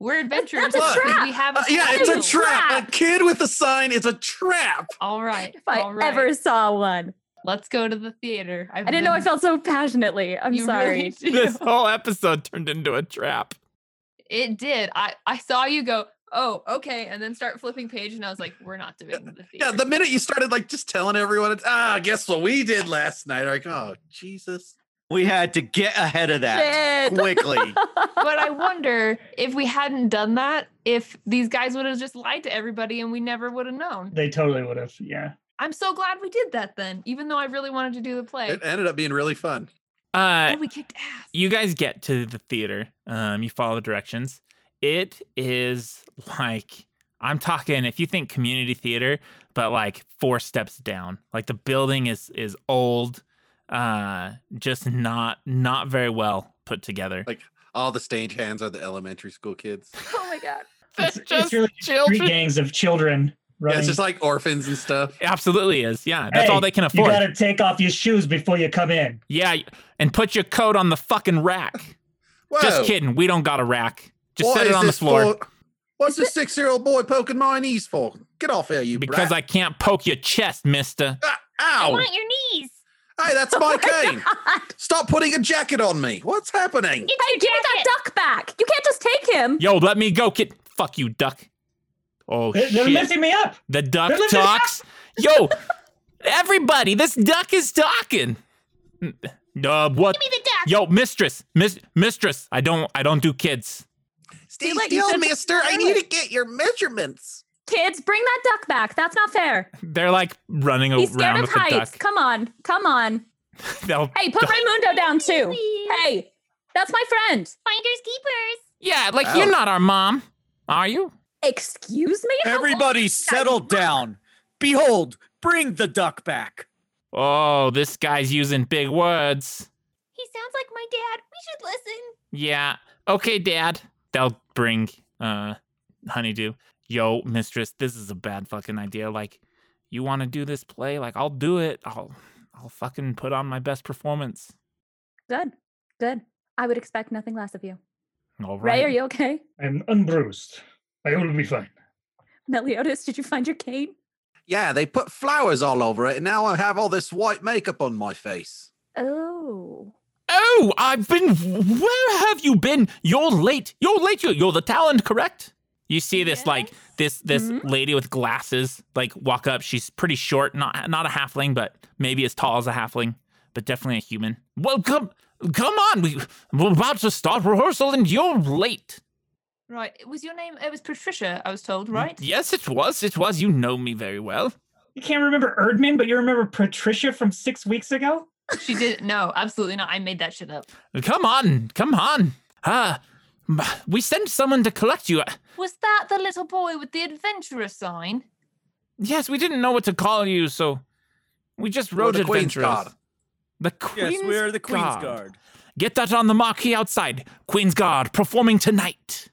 we're adventurers. a because trap. We have a Uh, yeah, it's a plan. trap. A kid with a sign is a trap. All right, If I all right. ever saw one. Let's go to the theater. I've I didn't know I been- felt so passionately. I'm You sorry. really do. This whole episode turned into a trap. It did. I I saw you go. Oh, okay, and then start flipping page, and I was like, we're not doing the theater. Yeah, the minute you started like just telling everyone, it's, ah, guess what we did last night? Like, oh Jesus. We had to get ahead of that Shit. quickly. but I wonder if we hadn't done that, if these guys would have just lied to everybody and we never would have known. They totally would have. Yeah. I'm so glad we did that then, even though I really wanted to do the play. It ended up being really fun. Uh, and we kicked ass. you guys get to the theater. Um, you follow the directions. It is like I'm talking. If you think community theater, but like four steps down. Like the building is is old, uh, just not not very well put together. Like- All the stage hands are the elementary school kids. oh my god. It's- it's really Three gangs of children running. Yeah, it's just like orphans and stuff. It absolutely is. Yeah, that's Hey, all they can you afford. gotta take off your shoes before you come in. Yeah, and put your coat on the fucking rack. Whoa. Just kidding. We don't got a rack. Just What set it is on the this floor. for- What's this six-year-old boy poking my knees for? Get off here, you Ah, Because I can't poke your chest, mister. ow! your knees. Hey, that's my cane. God. Stop putting a jacket on me. What's happening? Hey, give me that duck back. You can't just take him. Yo, let me go. Get fuck you, duck. Oh They're, they're shit. lifting me up. the duck they're lifting- talks. Yo, everybody, this duck is talking. Uh, what? Yo, mistress, miss, mistress. I don't, I don't do kids. Stay like you said- mister. I need to get your measurements. Kids, bring that duck back. That's not fair. They're like running He's around scared of with the heights. duck. Come on. Come on. They'll- Hey, put Raimundo down too. Hey, that's my friend. Finders keepers. yeah, like Ow. you're not our mom, are you? Excuse me? How old Everybody is that settle duck? down. Behold, bring the duck back. Oh, this guy's using big words. He sounds like my dad. We should listen. Yeah. Okay, Dad. They'll bring uh honeydew. Yo, mistress, this is a bad fucking idea. Like, you wanna do this play? Like, I'll do it. I'll I'll fucking put on my best performance. Good. Good. I would expect nothing less of you. All right. Ray, are you okay? I'm unbruised. I will be fine. Meliodas, did you find your cane? Yeah, they put flowers all over it, and now I have all this white makeup on my face. Oh. oh, I've been where have you been? You're late. You're late. You're, you're the talent, correct? You see this like this this Mhm. lady with glasses like walk up. She's pretty short, not not a halfling, but maybe as tall as a halfling, but definitely a human. Well, come come on, we we're about to start rehearsal and you're late. Right. It was your name. It was Patricia, I was Mm, told, right? Yes, it was. It was. You know me very well. You can't remember Erdman, but you remember Patricia from six weeks ago? She did. No, absolutely not. I made that shit up. Come on, come on. Ah, m- we sent someone to collect you. Was that the little boy with the adventurer sign? Yes, we didn't know what to call you, so we just wrote the Queen's adventurers. Guard. The Queen's yes, we're the Queen's Guard. Guard. Get that on the marquee outside. Queen's Guard performing tonight.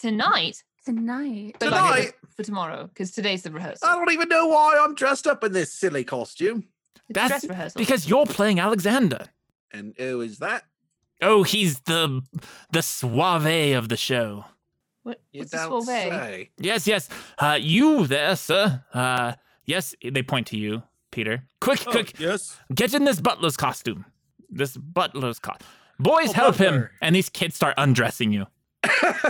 Tonight, Tonight. but like, Tonight? for tomorrow, because today's the rehearsal. I Oh, don't even know why I'm dressed up in this silly costume. It's That's dress rehearsal. because you're playing Alexander. And who is that? Oh, he's the the suave of the show. what, You what's this don't soiree? say. Yes, yes. Uh, you there, sir? Uh, yes. They point to you, Peter. Quick, Oh, quick, yes. get in this butler's costume. This butler's costume. Boys, Oh, help him! butler. And these kids start undressing you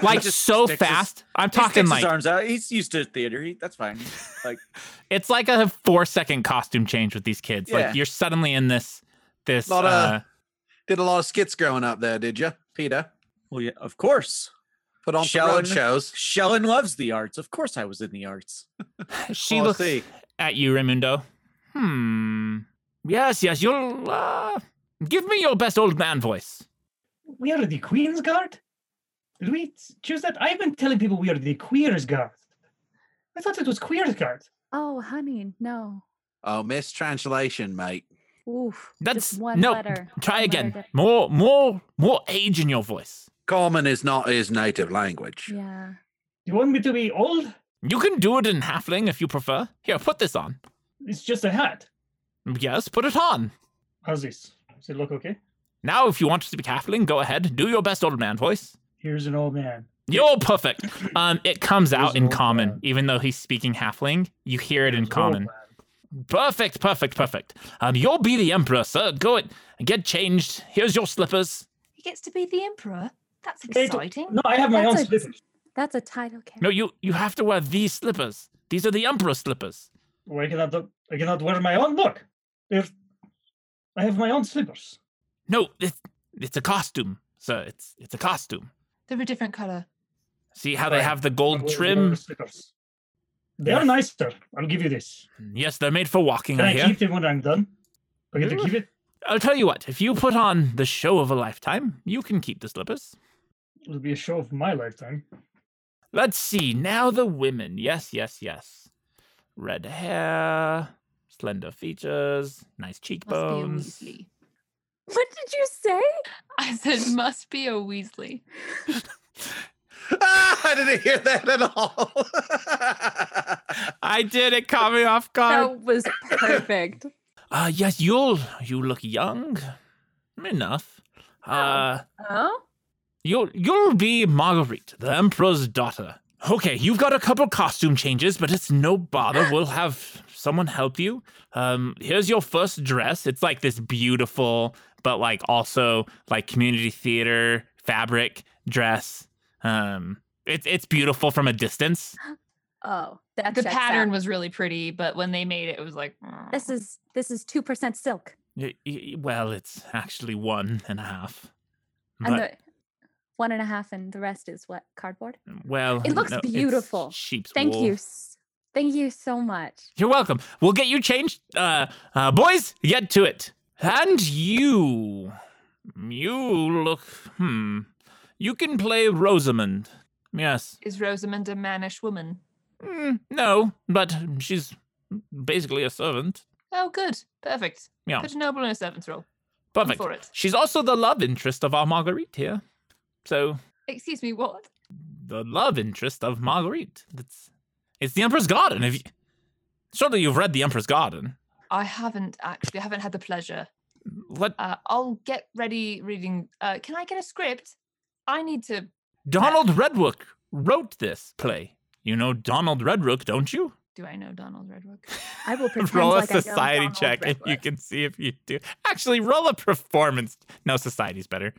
like just so sticks his- fast. I'm He talking sticks like his arms out. He's used to theater. He, that's fine. Like it's like a four second costume change with these kids. Yeah. Like you're suddenly in this this. Lot of- uh, Did a lot of skits growing up there, did you, Peter? Well, yeah, of course. Put on some road Shallon. shows. Shellen loves the arts. Of course, I was in the arts. she Oh, I looks see. at you, Raimundo. Hmm. Yes, yes. You'll uh, give me your best old man voice. We are the Queen's Guard? Did we choose that? I've been telling people we are the Queer's Guard. I thought it was Queer's Guard. Oh, honey, no. Oh, mistranslation, mate. Oof. That's just one no. letter. Try one again. letter More, more, more age in your voice. Common is not his native di- language. Yeah. You want me to be old? You can do it in halfling if you prefer. Here, put this on. It's just a hat. Yes, put it on. How's this? Does it look okay? Now, if you want to speak halfling, go ahead. Do your best old man voice. Here's an old man. You're perfect. Um, it comes out He's in an old common, man. even though he's speaking halfling. You hear it in Here's an old common. man. Perfect, perfect, perfect. Um, you'll be the emperor, sir. Go and get changed. Here's your slippers. He gets to be the emperor. That's Wait, exciting. No, I have my own That's a- slippers. That's a title. Ken. No, you you have to wear these slippers. These are the emperor slippers. Well, Oh, I cannot. do- I cannot wear my own. Look, they I have my own slippers. No, it's it's a costume, sir. It's it's a costume. They're a different color. See how they Right. have the I gold wear my own trim? slippers. They are nicer. I'll give you this. Yes, they're made for walking. Can I I hear. keep them when I'm done? I get to keep it. I'll tell you what. If you put on the show of a lifetime, you can keep the slippers. It'll be a show of my lifetime. Let's see. Now the women. Yes, yes, yes. Red hair, slender features, nice Must cheekbones. be a Weasley. What did you say? I said, must be a Weasley. Ah, I didn't hear that at all. I did. It caught me off guard. That was perfect. Uh, yes, you'll you look young, enough. Uh, oh. you'll you'll be Marguerite, the Emperor's daughter. Okay, you've got a couple costume changes, but it's no bother. We'll have someone help you. Um, here's your first dress. It's like this beautiful, but like also like community theater fabric dress. Um, it's it's beautiful from a distance. Oh. That The checks pattern out. was really pretty, but when they made it, it was like, "Mm." This is this is two percent silk, Y- y- well, it's actually one and a half. and But, the one and a half, and the rest is what cardboard. well, It looks no, it's beautiful. Sheep's Thank wool. you, s- thank you so much. You're welcome. We'll get you changed. Uh, uh, boys, get to it. And you. You look. Hmm. You can play Rosamond. Yes. is Rosamund a mannish woman? Mm, no, but she's basically a servant. Oh, good. Perfect. Yeah. Put a noble in a servant's role. I'm Perfect. for it. She's also the love interest of our Marguerite here. So, Excuse me, what? the love interest of Marguerite. That's, it's the Emperor's Garden. If you, surely you've read The Emperor's Garden. I haven't actually, I haven't had the pleasure. What? Uh, I'll get ready reading. Uh, can I get a script? I need to. Donald Redwood wrote this play. You know Donald Redwood, don't you? Do I know Donald Redwood? I will pretend roll like a I know society Donald check and you Redwood. can see if you do. Actually, roll a performance. No, society's better.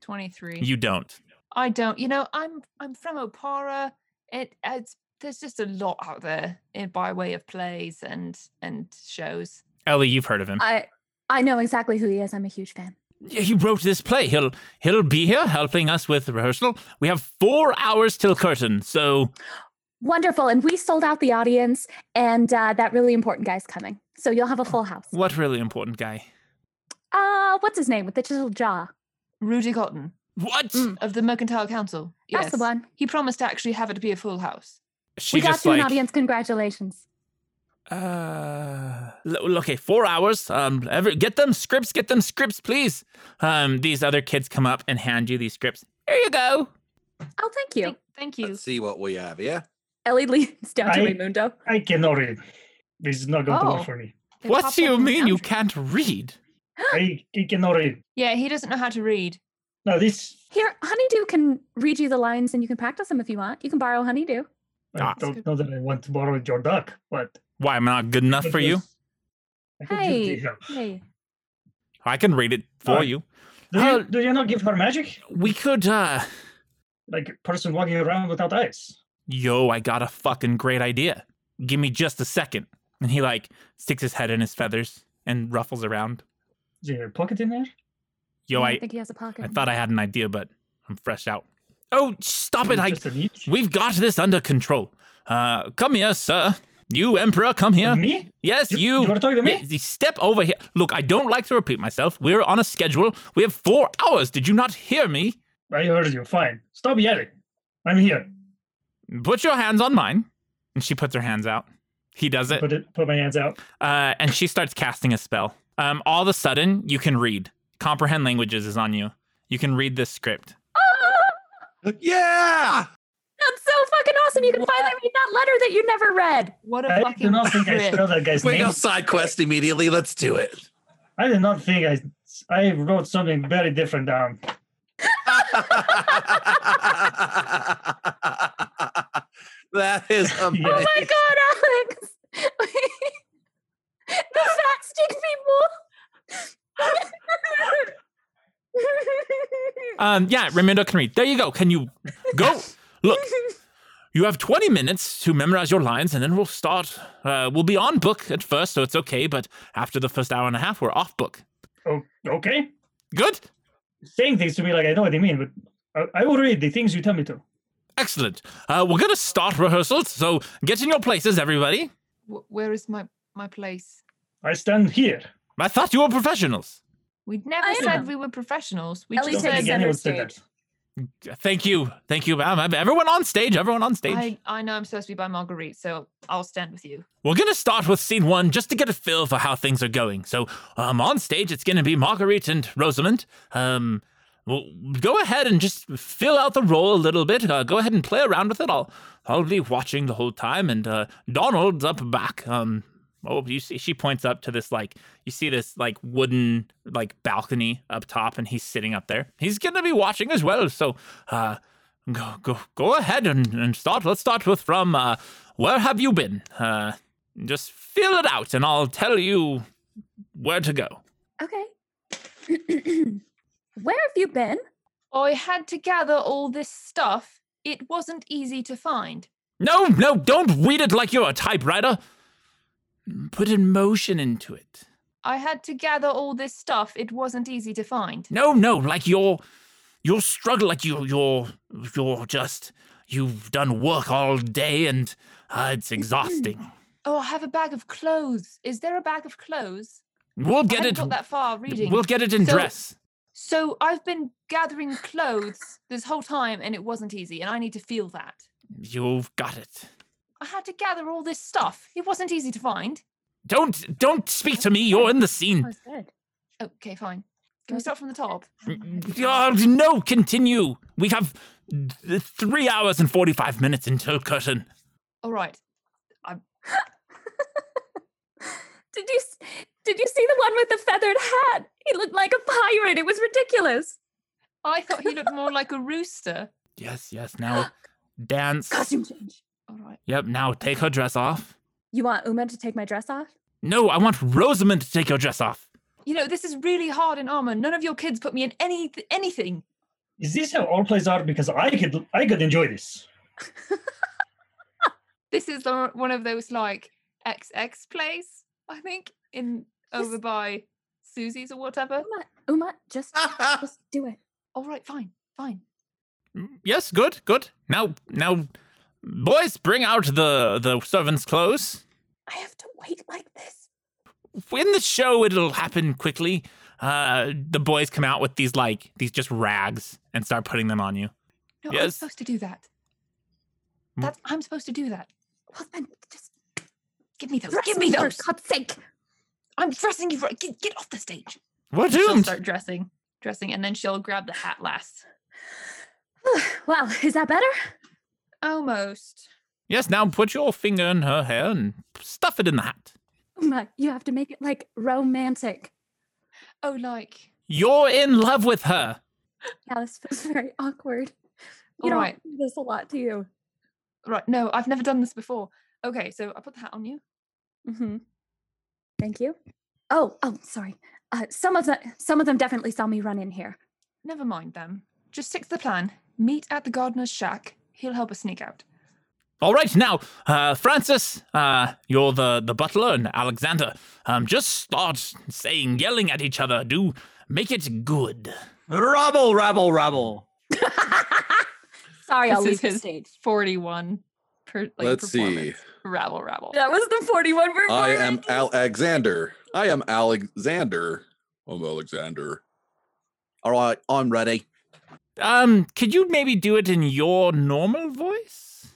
23. You don't. I don't. You know, I'm I'm from Opara. It it's there's just a lot out there in, by way of plays and and shows. Ellie, you've heard of him. I I know exactly who he is. I'm a huge fan. Yeah, he wrote this play. He'll he'll be here helping us with rehearsal. We have four hours till curtain, so Wonderful, and we sold out the audience, and uh, that really important guy's coming, so you'll Oh. have a full house. what really important guy? Uh, what's his name with the chiseled jaw? Rudy Cotton What? Mm. of the Mercantile Council. That's yes. the one. He promised to actually have it be a full house. She we got just you like an audience. Congratulations. Uh, l- okay, four hours. Um, every, get them scripts, get them scripts, please. Um, these other kids come up and hand you these scripts. Here you go. Oh, thank you. Thank, thank you. Let's see what we have, yeah? Ellie leans down to I- Raimundo. I cannot read. This is not going to Oh. work for me. It what popped do up you on the mean you counter. can't read? I, I cannot read. Yeah, he doesn't know how to read. No, this. Here, Honeydew can read you the lines and you can practice them if you want. You can borrow Honeydew. I Ah. don't know that I want to borrow your duck, but. Why am I not good enough it for you? was- I could use the Hey. help. Hey. I can read it for Alright. you. Do, How- you, do you not give her magic? We could. uh Like a person walking around without eyes. Yo, I got a fucking great idea. Give me just a second. And he like sticks his head in his feathers and ruffles around. Is there a pocket in there? Yo, I I don't think he has a pocket. I thought I had an idea, but I'm fresh out. Oh, stop it! Is it I just a niche? We've got this under control. Uh, come here, sir. You, Emperor, come here. Me? Yes, Mm-hmm. You- you. you wanna talk to me? Y- y- step over here. Look, I don't like to repeat myself. We're on a schedule. We have four hours. Did you not hear me? I heard you. Fine. Stop yelling. I'm here. Put your hands on mine. And she puts her hands out. He does it. Put it. Put my hands out. Uh, and she starts casting a spell. Um, all of a sudden, you can read. Comprehend languages is on you. You can read this script. Ah, Yeah! that's so fucking awesome. You can finally read that letter that you never read. What a I do fucking not think I trip. spelled that guy's We name. go side quest immediately. Let's do it. I did not think I. I wrote something very different down. that is amazing. Oh my god, Alex! the fasting people. Um, yeah, Raimundo can read. There you go. Can you go? Look, You have 20 minutes to memorize your lines, and then we'll start. Uh, we'll be on book at first, so it's okay, but after the first hour and a half, we're off book. Oh, okay. Good? Saying things to me like I know what they mean, but I, I will read the things you tell me to. Excellent. Uh, we're going to start rehearsals, so get in your places, everybody. Wh- Where is my my place? I stand here. I thought you were professionals. We never I said am. we were professionals. We Ellie just Don't think takes said center anyone said that. stage. Thank you. Thank you. Um, Everyone on stage. Everyone on stage. I, I know I'm supposed to be by Marguerite, so I'll stand with you. We're going to start with scene one just to get a feel for how things are going. So, um, on stage, it's going to be Marguerite and Rosamund. Um, well, go ahead and just fill out the role a little bit. Uh, go ahead and play around with it. I'll, I'll be watching the whole time. And uh, Donald's up back. Um, oh, you see, she points up to this like you see this like wooden like balcony up top, and he's sitting up there. He's going to be watching as well. So, uh, go go go ahead and, and start. Let's start with from uh, where have you been? Uh, just fill it out and I'll tell you where to go. okay. Where have you been? I had to gather all this stuff. It wasn't easy to find. No, no, don't read it like you're a typewriter. Put emotion into it. I had to gather all this stuff. It wasn't easy to find. No, no, like you're you'll struggle like you you're you're just you've done work all day and uh, it's exhausting. Oh, I have a bag of clothes. Is there a bag of clothes? We'll I get haven't it got that far reading. we'll get it in So- dress. so I've been gathering clothes this whole time, and it wasn't easy. And I need to feel that. You've got it. I had to gather all this stuff. It wasn't easy to find. Don't don't speak to me. You're in the scene. was good. Okay, fine. Can we start from the top? Oh, no, continue. We have th- three hours and 45 minutes until curtain. All right. Did you s- did you see the one with the feathered hat? He looked like a pirate. It was ridiculous. I thought he looked more like a rooster. Yes, yes. Now dance. Costume change. All right. Yep, now take her dress off. You want Uma to take my dress off? No, I want Rosamund to take her dress off. You know, this is really hard in armor. None of your kids put me in any anything. Is this how all plays are? Because I could I could enjoy this. This is the, one of those like XX plays, I think, in over by Susie's or whatever. Uma, Uma, just just do it. All right, fine, fine. Mm, Yes, good, good. Now, now, boys, bring out the the servants' clothes. I have to wait like this. In the show, it'll happen quickly. Uh, the boys come out with these like these just rags and start putting them on you. No, I'm Yes. supposed to do that. Mm. That's I'm supposed to do that. Well then, just Give me those. Dress Give me for those. God's sake. I'm dressing you for get, get off the stage. We're She'll doomed. start dressing, dressing, and then she'll grab the hat last. wow, is that better? Almost. Yes, now put your finger in her hair and stuff it in the hat. Oh my, you have to make it like romantic. Oh, like You're in love with her. Yeah, this feels very awkward. You All don't right. do this a lot, do you? right? No, I've never done this before. Okay, so I put the hat on you. Mm-hmm. Thank you. Oh, oh, sorry. Uh, some of the some of them definitely saw me run in here. Never mind them. Just stick to the plan. Meet at the gardener's shack. He'll help us sneak out. All right, now, uh, Francis, uh, you're the, the butler, and Alexander, um, just start saying, yelling at each other. Do make it good. Rabble, rabble, rabble. sorry, I'll This leave is the his stage. Forty-one. Per, like, Let's see. performance. Rabble, rabble. That was the forty-one word. I am Alexander. I am Alexander. I'm Alexander. All right, I'm ready. Um, could you maybe do it in your normal voice?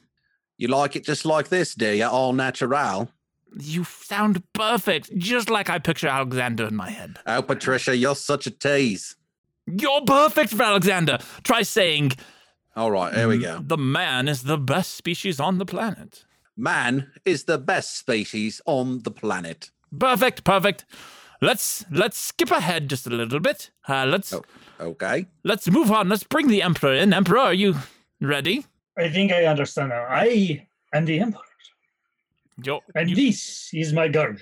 You like it just like this, do you? All natural. You sound perfect, just like I picture Alexander in my head. Oh, Patricia, you're such a tease. You're perfect for Alexander. Try saying, All right, here we go. The man is the best species on the planet. Man is the best species on the planet. Perfect, perfect. Let's let's skip ahead just a little bit. Uh, let's Oh. Okay. let's move on. Let's bring the emperor in. Emperor, are you ready? I think I understand now. I am the emperor, You're, and this is my garb.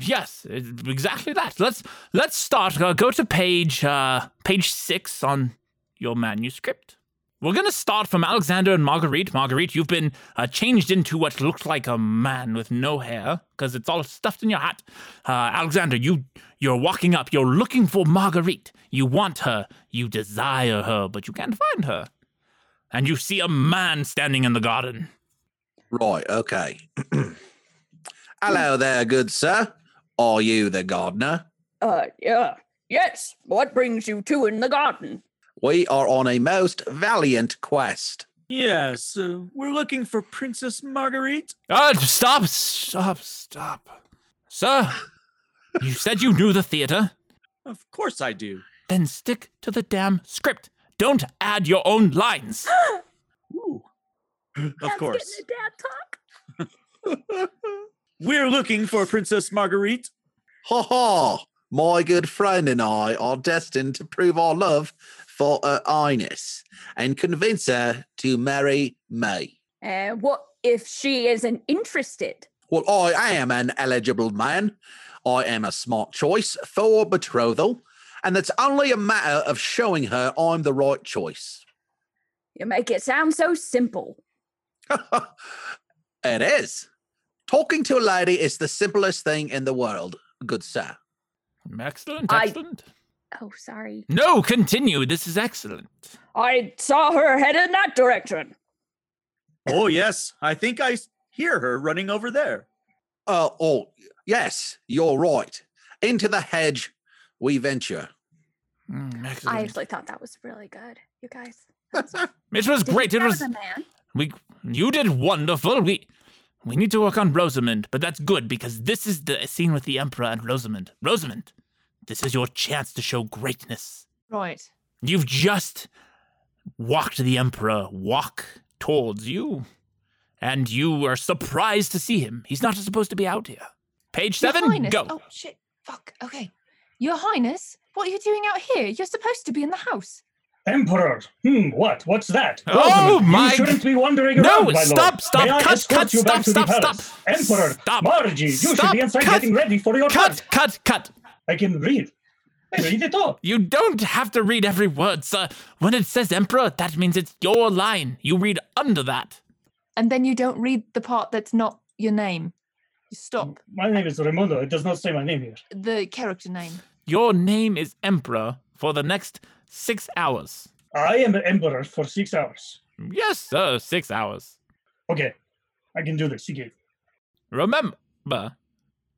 yes, it- exactly that. Let's let's start. Uh, go to page uh, page six on your manuscript. We're gonna start from Alexander and Marguerite. Marguerite, you've been uh, changed into what looked like a man with no hair because it's all stuffed in your hat. Uh, Alexander, you you're walking up. You're looking for Marguerite. You want her. You desire her, but you can't find her. And you see a man standing in the garden. Right, okay. Hello there, good sir. Are you the gardener? Uh, yeah. Yes. What brings you two in the garden? We are on a most valiant quest. Yes, uh, we're looking for Princess Marguerite. Uh, stop, stop, stop. Sir, you said you knew the theater. Of course I do. Then stick to the damn script. Don't add your own lines. Ooh. Of That's course. Getting a dad talk. We're looking for Princess Marguerite. Ha ha! My good friend and I are destined to prove our love for her highness and convince her to marry me. Uh, what if she isn't interested? Well, I am an eligible man. I am a smart choice for betrothal, and it's only a matter of showing her I'm the right choice. You make it sound so simple. it is. Talking to a lady is the simplest thing in the world, good sir. Mm, Excellent, I- excellent. Oh, sorry. No, continue. This is excellent. I saw her head in that direction. Oh, yes. I think I s- hear her running over there. Uh, oh, yes, you're right. Into the hedge we venture. Mm, I excellent. actually thought that was really good, you guys. It was Did you great. say It I was a man. we. You did wonderful. We we need to work on Rosamund, but that's good because this is the scene with the emperor and Rosamund. Rosamund, this is your chance to show greatness. Right. You've just walked the Emperor walk towards you, and you are surprised to see him. He's not supposed to be out here. Page Your seven, Highness- go. Oh shit! Fuck. Okay. Your Highness, what are you doing out here? You're supposed to be in the house. Emperor. Hmm. What? What's that? Oh Rosamund, my- You shouldn't be wandering No, around, my lord. stop, stop, May I cut, escort cut, you stop, back to the stop, palace? stop. Emperor. Stop. Margie, you Stop, should be inside cut. getting ready for your Cut, turn. cut, cut. I can read. I read it all. You don't have to read every word, sir. When it says Emperor, that means it's your line. You read under that. And then you don't read the part that's not your name. You stop My name is Raimundo. It does not say my name here. the character name. Your name is Emperor for the next six hours. I am emperor for six hours. Yes, sir, six hours. Okay, I can do this. You gave. Remember,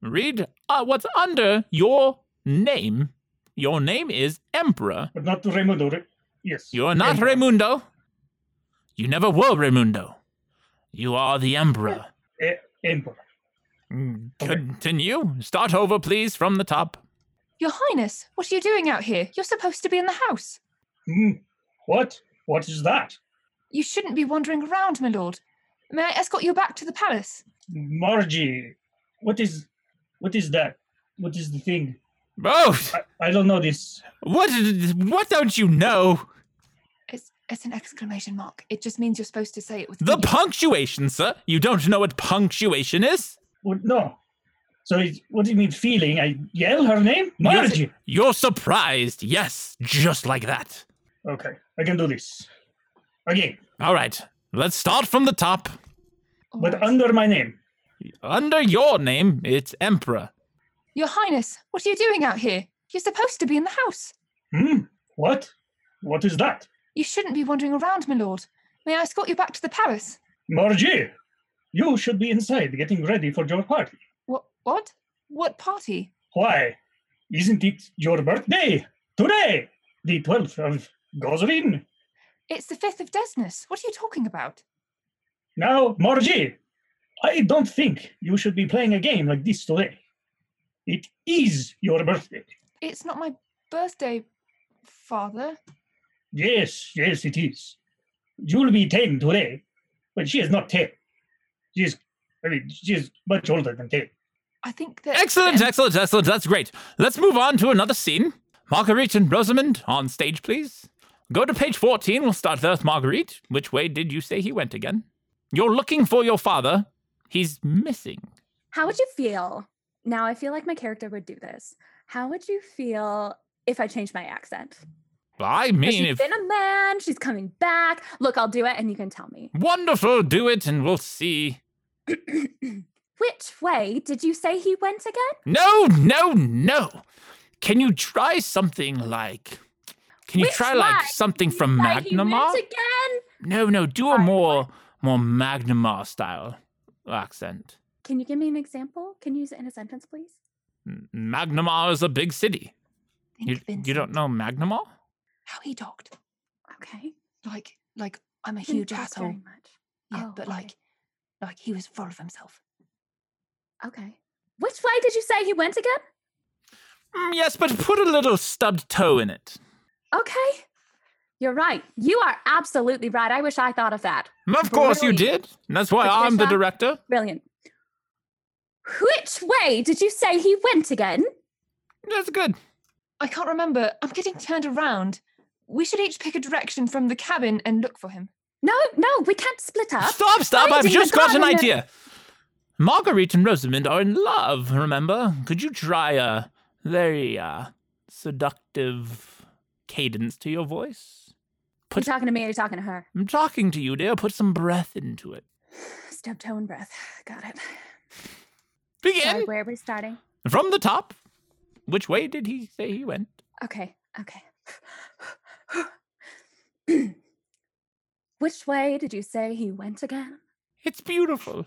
read uh, what's under your name. Your name is Emperor. But not Raimundo. Ra- yes. You are not Emperor. Raimundo. You never were Raimundo. You are the Emperor. E- emperor. Mm, Continue. Start over, please, from the top. Your Highness, what are you doing out here? You're supposed to be in the house. Hmm. What? What is that? You shouldn't be wandering around, my lord. May I escort you back to the palace? Margie, what is, what is that? What is the thing? Oh, I, I don't know this. what? What don't you know? It's it's an exclamation mark. It just means you're supposed to say it with The meaning. punctuation, sir. You don't know what punctuation is? What, no. So it, what do you mean feeling? I yell her name, Margie. You're surprised. Yes, just like that. Okay, I can do this. Again, All right. Let's start from the top. All but right. under my name. Under your name, it's Emperor. Your Highness, what are you doing out here? You're supposed to be in the house. Hmm. What? What is that? You shouldn't be wandering around, my lord. May I escort you back to the palace? Margie, you should be inside getting ready for your party. What? What? What party? Why? Isn't it your birthday? Today, the 12th of Gozrin. It's the fifth of Desnus. What are you talking about? Now, Margie, I don't think you should be playing a game like this today. It is your birthday. It's not my birthday, father. Yes, yes, it is. You'll be 10 today, but she is not 10. She is, I mean, she is much older than 10. I think that Excellent, Em- excellent, excellent. That's great. Let's move on to another scene. Marguerite and Rosamond on stage, please. Go to page 14. We'll start there with Marguerite. Which way did you say he went again? You're looking for your father. He's missing. How would you feel? Now I feel like my character would do this. How would you feel if I changed my accent? I 'Cause mean, She's if. been a man. She's coming back. Look, I'll do it, and you can tell me. Wonderful, do it and we'll see. Which way did you say he went again? No, no, no. Can you try something like. Can you Which try like way? something from Like he went Magnemar? again? No, no, do a Sorry, more more Magnemar style accent. Can you give me an example? Can you use it in a sentence, please? M- Magnemar is a big city. Think You, you don't Vincent, know Magnemar? how he docked. Okay. Like, like I'm a Didn't huge talk asshole. very much. Yeah, Oh, but okay. like, like he was full of himself. Okay. Which way did you say he went again? Mm, yes, but put a little stubbed toe in it. Okay. You're right. You are absolutely right. I wish I thought of that. Mm, Of course you Brilliant. did. and That's why I'm the Patricia? director. Brilliant. Which way did you say he went again? That's good. I can't remember. I'm getting turned around. We should each pick a direction from the cabin and look for him. No, no, we can't split up. Stop, stop. Why I've did you just got an not know? idea. Marguerite and Rosamond are in love, remember? Could you try a very uh, seductive cadence to your voice? You're Put, talking to me or you're talking to her? I'm talking to you, dear. Put some breath into it. Stub toe and breath. Got it. Sorry, Begin where are we starting? from the top. Which way did he say he went? Okay, okay. Which way did you say he went again? It's beautiful.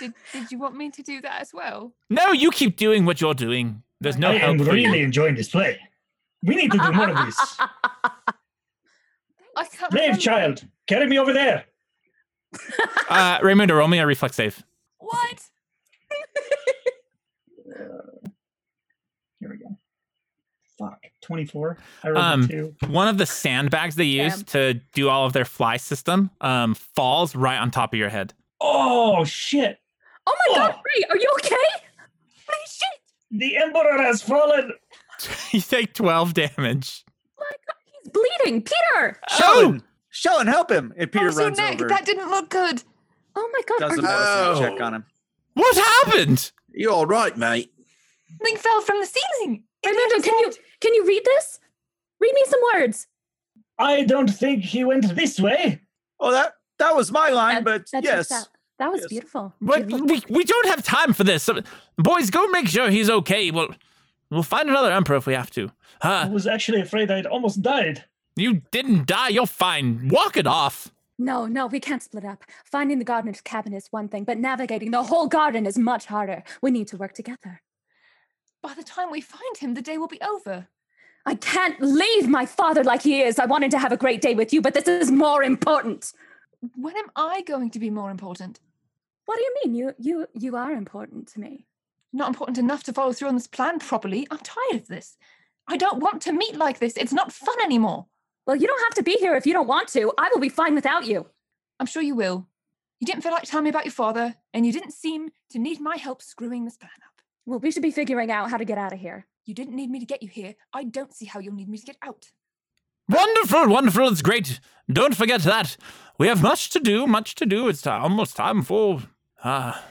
Did, did you want me to do that as well? No, you keep doing what you're doing. There's no I am help for you. really enjoying this play. We need to do more of this. I Slave can't remember. child, carry me over there. Uh, Raymond, roll me a reflex save. What? Here we go. Fuck. 24. I rolled a Um, two. One of the sandbags they use to do all of their fly system um, falls right on top of your head. Oh, shit. Oh my god, Oh. Ray, are you okay? Holy shit! The emperor has fallen. you take 12 damage. My god, he's bleeding. Peter! Oh! Shellen, Shellen, help him! And Peter Oh, so runs Nick, over. That didn't look good. Oh my god, does a are medicine you Oh. check on him. What happened? You all right, mate? Something fell from the ceiling. Raymundo, can you can you read this? Read me some words. I don't think he went this way. Oh, that that was my line, but That checks yes, out. That was Yes. beautiful. But beautiful. we, we don't have time for this. So- Boys, go make sure he's okay. We'll, we'll find another emperor if we have to. I Uh, was actually afraid I'd almost died. you didn't die. You're fine. Walk it off. No, no, we can't split up. Finding the gardener's cabin is one thing, but navigating the whole garden is much harder. We need to work together. By the time we find him, the day will be over. I can't leave my father like he is. I wanted to have a great day with you, but this is more important. When am I going to be more important? What do you mean? You you you are important to me. Not important enough to follow through on this plan properly. I'm tired of this. I don't want to meet like this. It's not fun anymore. Well, you don't have to be here if you don't want to. I will be fine without you. I'm sure you will. You didn't feel like telling me about your father, and you didn't seem to need my help screwing this plan up. Well, we should be figuring out how to get out of here. You didn't need me to get you here. I don't see how you'll need me to get out. Wonderful, wonderful. It's great. Don't forget that. We have much to do, much to do. It's ti- almost time for ah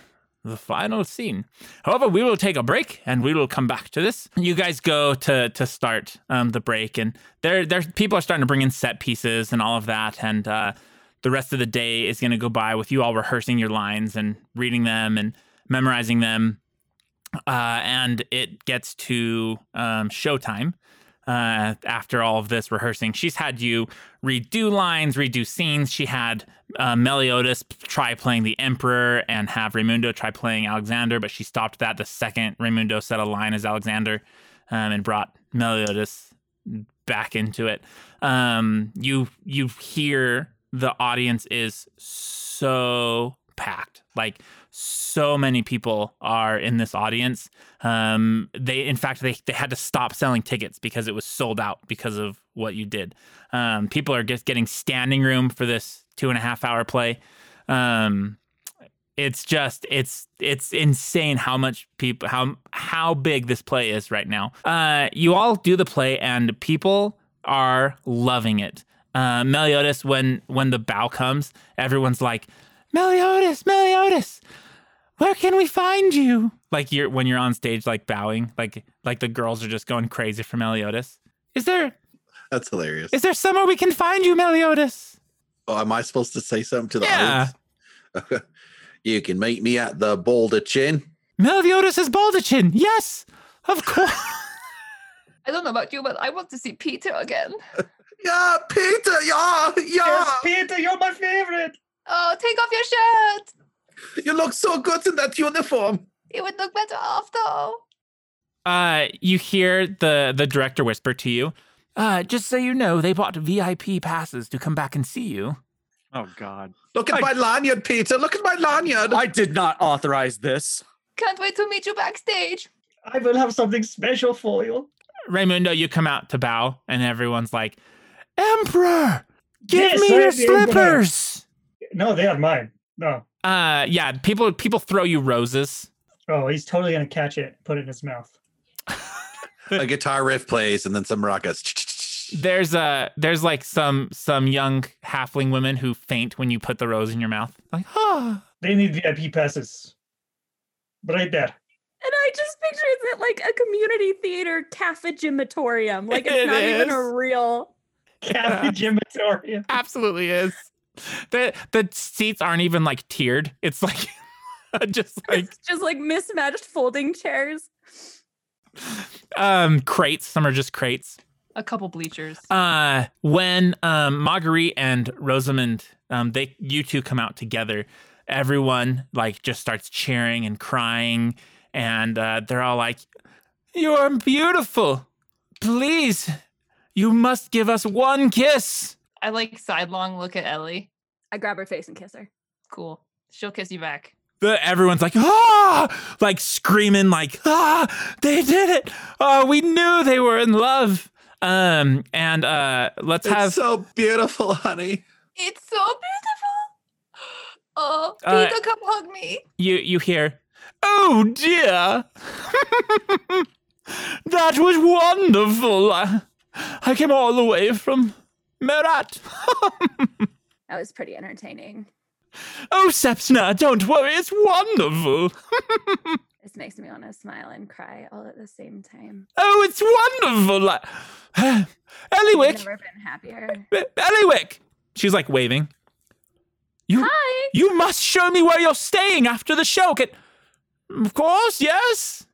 the final scene. However, we will take a break and we will come back to this. You guys go to to start um, the break, and there there people are starting to bring in set pieces and all of that, and uh, the rest of the day is going to go by with you all rehearsing your lines and reading them and memorizing them. Uh, and it gets to um, showtime uh, after all of this rehearsing. She's had you redo lines, redo scenes. She had uh, Meliodas try playing the Emperor and have Raimundo try playing Alexander, but she stopped that the second Raimundo said a line as Alexander um, and brought Meliodas back into it. Um, you you hear the audience is so packed, like so many people are in this audience. Um, they, in fact, they, they had to stop selling tickets because it was sold out because of what you did. Um, people are just getting standing room for this two and a half hour play. Um, it's just it's it's insane how much people how how big this play is right now. Uh, you all do the play and people are loving it. Uh, Meliodas, when when the bow comes, everyone's like, Meliodas, Meliodas, where can we find you? Like you're when you're on stage, like bowing, like like the girls are just going crazy for Meliodas. Is there That's hilarious. is there somewhere we can find you, Meliodas? Oh, am I supposed to say something to the Yeah. audience? Okay. you can meet me at the Boulder Chin. Meliodas is Baldachin. Yes, of course. I don't know about you, but I want to see Peter again. Yeah, Peter. Yeah, yeah. Yes, Peter, you're my favorite. Oh, take off your shirt. You look so good in that uniform. It would look better after. Uh, you hear the the director whisper to you. Uh, just so you know, they bought VIP passes to come back and see you. Oh God! Look at I- my lanyard, Peter. Look at my lanyard. I did not authorize this. Can't wait to meet you backstage. I will have something special for you. Raimundo, you come out to bow, and everyone's like, "Emperor, give Yes, me I your am the Emperor." slippers." No, they are mine. No. Uh, yeah, people people throw you roses. Oh, he's totally gonna catch it, put it in his mouth. a guitar riff plays and then some rockets. There's uh there's like some some young halfling women who faint when you put the rose in your mouth. Like, ah. They need VIP passes. Right there. And I just picture it like a community theater cafegimatorium. Like it's It not even a is. real. Captain Gymatorium. absolutely is. The the seats aren't even like tiered. It's like just like It's just like mismatched folding chairs. um crates. Some are just crates. A couple bleachers. Uh when um Marguerite and Rosamond um they you two come out together, everyone like just starts cheering and crying and uh they're all like you are beautiful. Please, you must give us one kiss. I like sidelong look at Ellie. I grab her face and kiss her. Cool. She'll kiss you back. the everyone's like ah like screaming like ah they did it oh we knew they were in love um and uh let's have It's so beautiful, honey. It's so beautiful. Oh, Uh, Peter, come hug me. you you hear oh dear that was wonderful I, I came all the way from Merat That was pretty entertaining. oh Sepsna don't worry it's wonderful This makes me want to smile and cry all at the same time. oh it's wonderful I've Eliwick never been happier. Eliwick she's like waving you Hi. You must show me where you're staying after the show. Can... Of course, yes.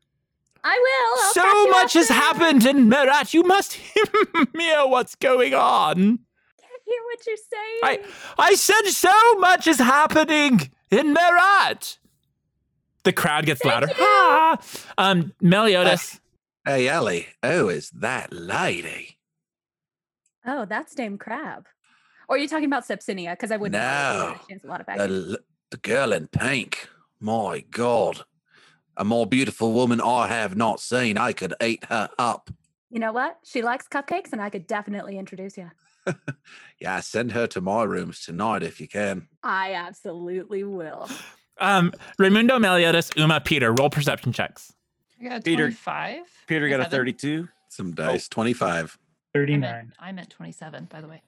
I will. I'll pack so you much up has and happened in Merat. You must hear what's going on. Can't hear what you're saying. I, I said so much is happening in Merat. The crowd gets louder. you. Ah! Um, Meliodas. Hey, Ellie. Oh, is that lady? Oh, that's Dame Crab. Or are you talking about Sepsinia? Because I wouldn't. have No. She has a lot of The, baggage. l- The girl in pink. My God. A more beautiful woman I have not seen. I could eat her up. You know what? She likes cupcakes, and I could definitely introduce you. Yeah, send her to my rooms tonight if you can. I absolutely will. Um, Raimundo Meliodas, Uma, Peter, roll perception checks. I got a Peter- 25. Peter got a 27. 32. Some dice, 25. I 39. meant, I meant 27, by the way.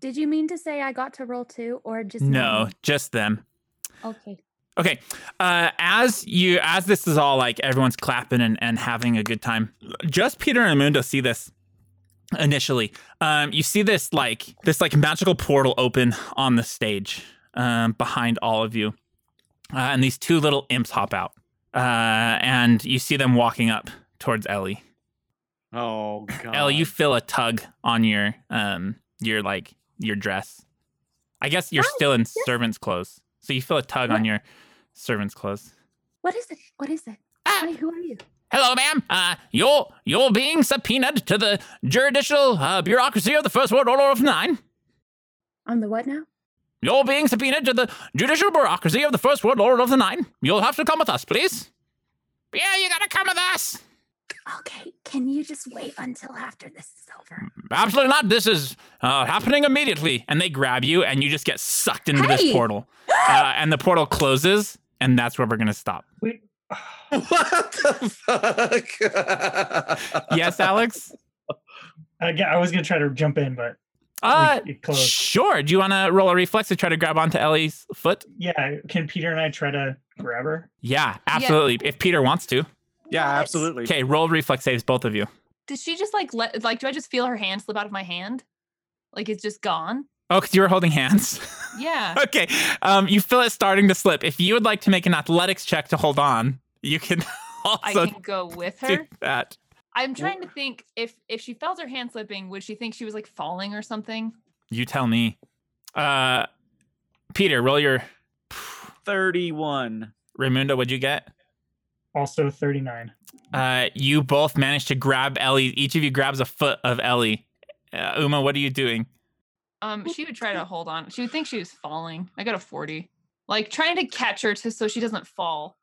Did you mean to say I got to roll two, or just No, me? just them. Okay. Okay. Uh, as you as this is all like everyone's clapping and, and having a good time, just Peter and Mundo see this initially. Um, you see this like this like magical portal open on the stage um, behind all of you, uh, and these two little imps hop out, uh, and you see them walking up towards Ellie. Oh god. Ellie, you feel a tug on your um your like your dress. I guess you're Oh, still in servant's clothes, so you feel a tug on your servant's clothes. What is it? What is it? Ah. Hi, who are you? Hello, ma'am. Uh, you're you're being subpoenaed to the judicial uh, bureaucracy of the First World Order of Nine. On the what now? You're being subpoenaed to the judicial bureaucracy of the First World Order of the Nine. You'll have to come with us, please. Yeah, you gotta come with us. Okay, can you just wait until after this is over? Absolutely not. This is uh, happening immediately. And they grab you, and you just get sucked into this Hey! portal. Uh, and the portal closes, and that's where we're gonna stop. Wait. What the fuck? Yes, Alex. I, g- I was going to try to jump in, but Uh, we, it closed. sure. Do you want to roll a reflex to try to grab onto Ellie's foot? Yeah. Can Peter and I try to grab her? Yeah, absolutely. If Peter wants to. yeah, What? absolutely. Okay, roll reflex saves, both of you. Did she just like let like do I just feel her hand slip out of my hand? Like it's just gone? Oh, because you were holding hands. Yeah. okay. Um, you feel it starting to slip. If you would like to make an athletics check to hold on, you can I also can go with do her. that. I'm trying to think if if she felt her hand slipping, would she think she was like falling or something? You tell me. Uh, Peter, roll your. 31. Raimundo, what'd you get? Also 39. Uh, you both managed to grab Ellie. Each of you grabs a foot of Ellie. Uh, Uma, what are you doing? Um, she would try to hold on. She would think she was falling. I got a 40. Like trying to catch her to, so she doesn't fall.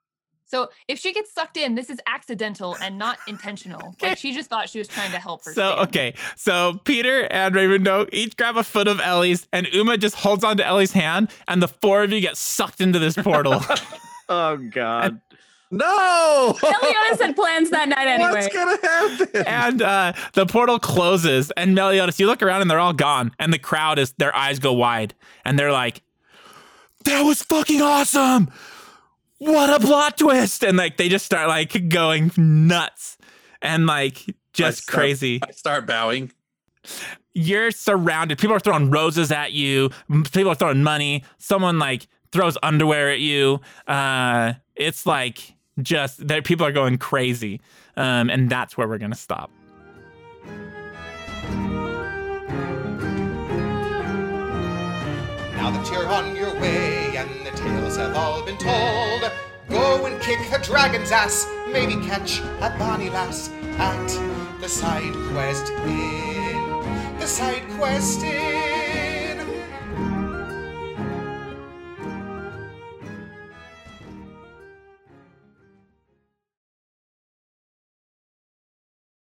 So if she gets sucked in, this is accidental and not intentional. Like she just thought she was trying to help her. So stand. okay, so Peter and Raimundo each grab a foot of Ellie's, and Uma just holds on to Ellie's hand, and the four of you get sucked into this portal. Oh god. no! Meliodas had plans that night anyway. What's going to happen? and uh, the portal closes, and Meliodas, you look around, and they're all gone, and the crowd is their eyes go wide, and they're like, "That was fucking awesome! What a plot twist!" And like they just start like going nuts, and like just start- crazy. I start bowing. you're surrounded. People are throwing roses at you. M- People are throwing money. Someone like throws underwear at you. Uh, it's like just that people are going crazy, um, and that's where we're gonna stop. Now that you're on your way and the tales have all been told, go and kick the dragon's ass, maybe catch a bonny lass at the side quest inn. The side quest inn.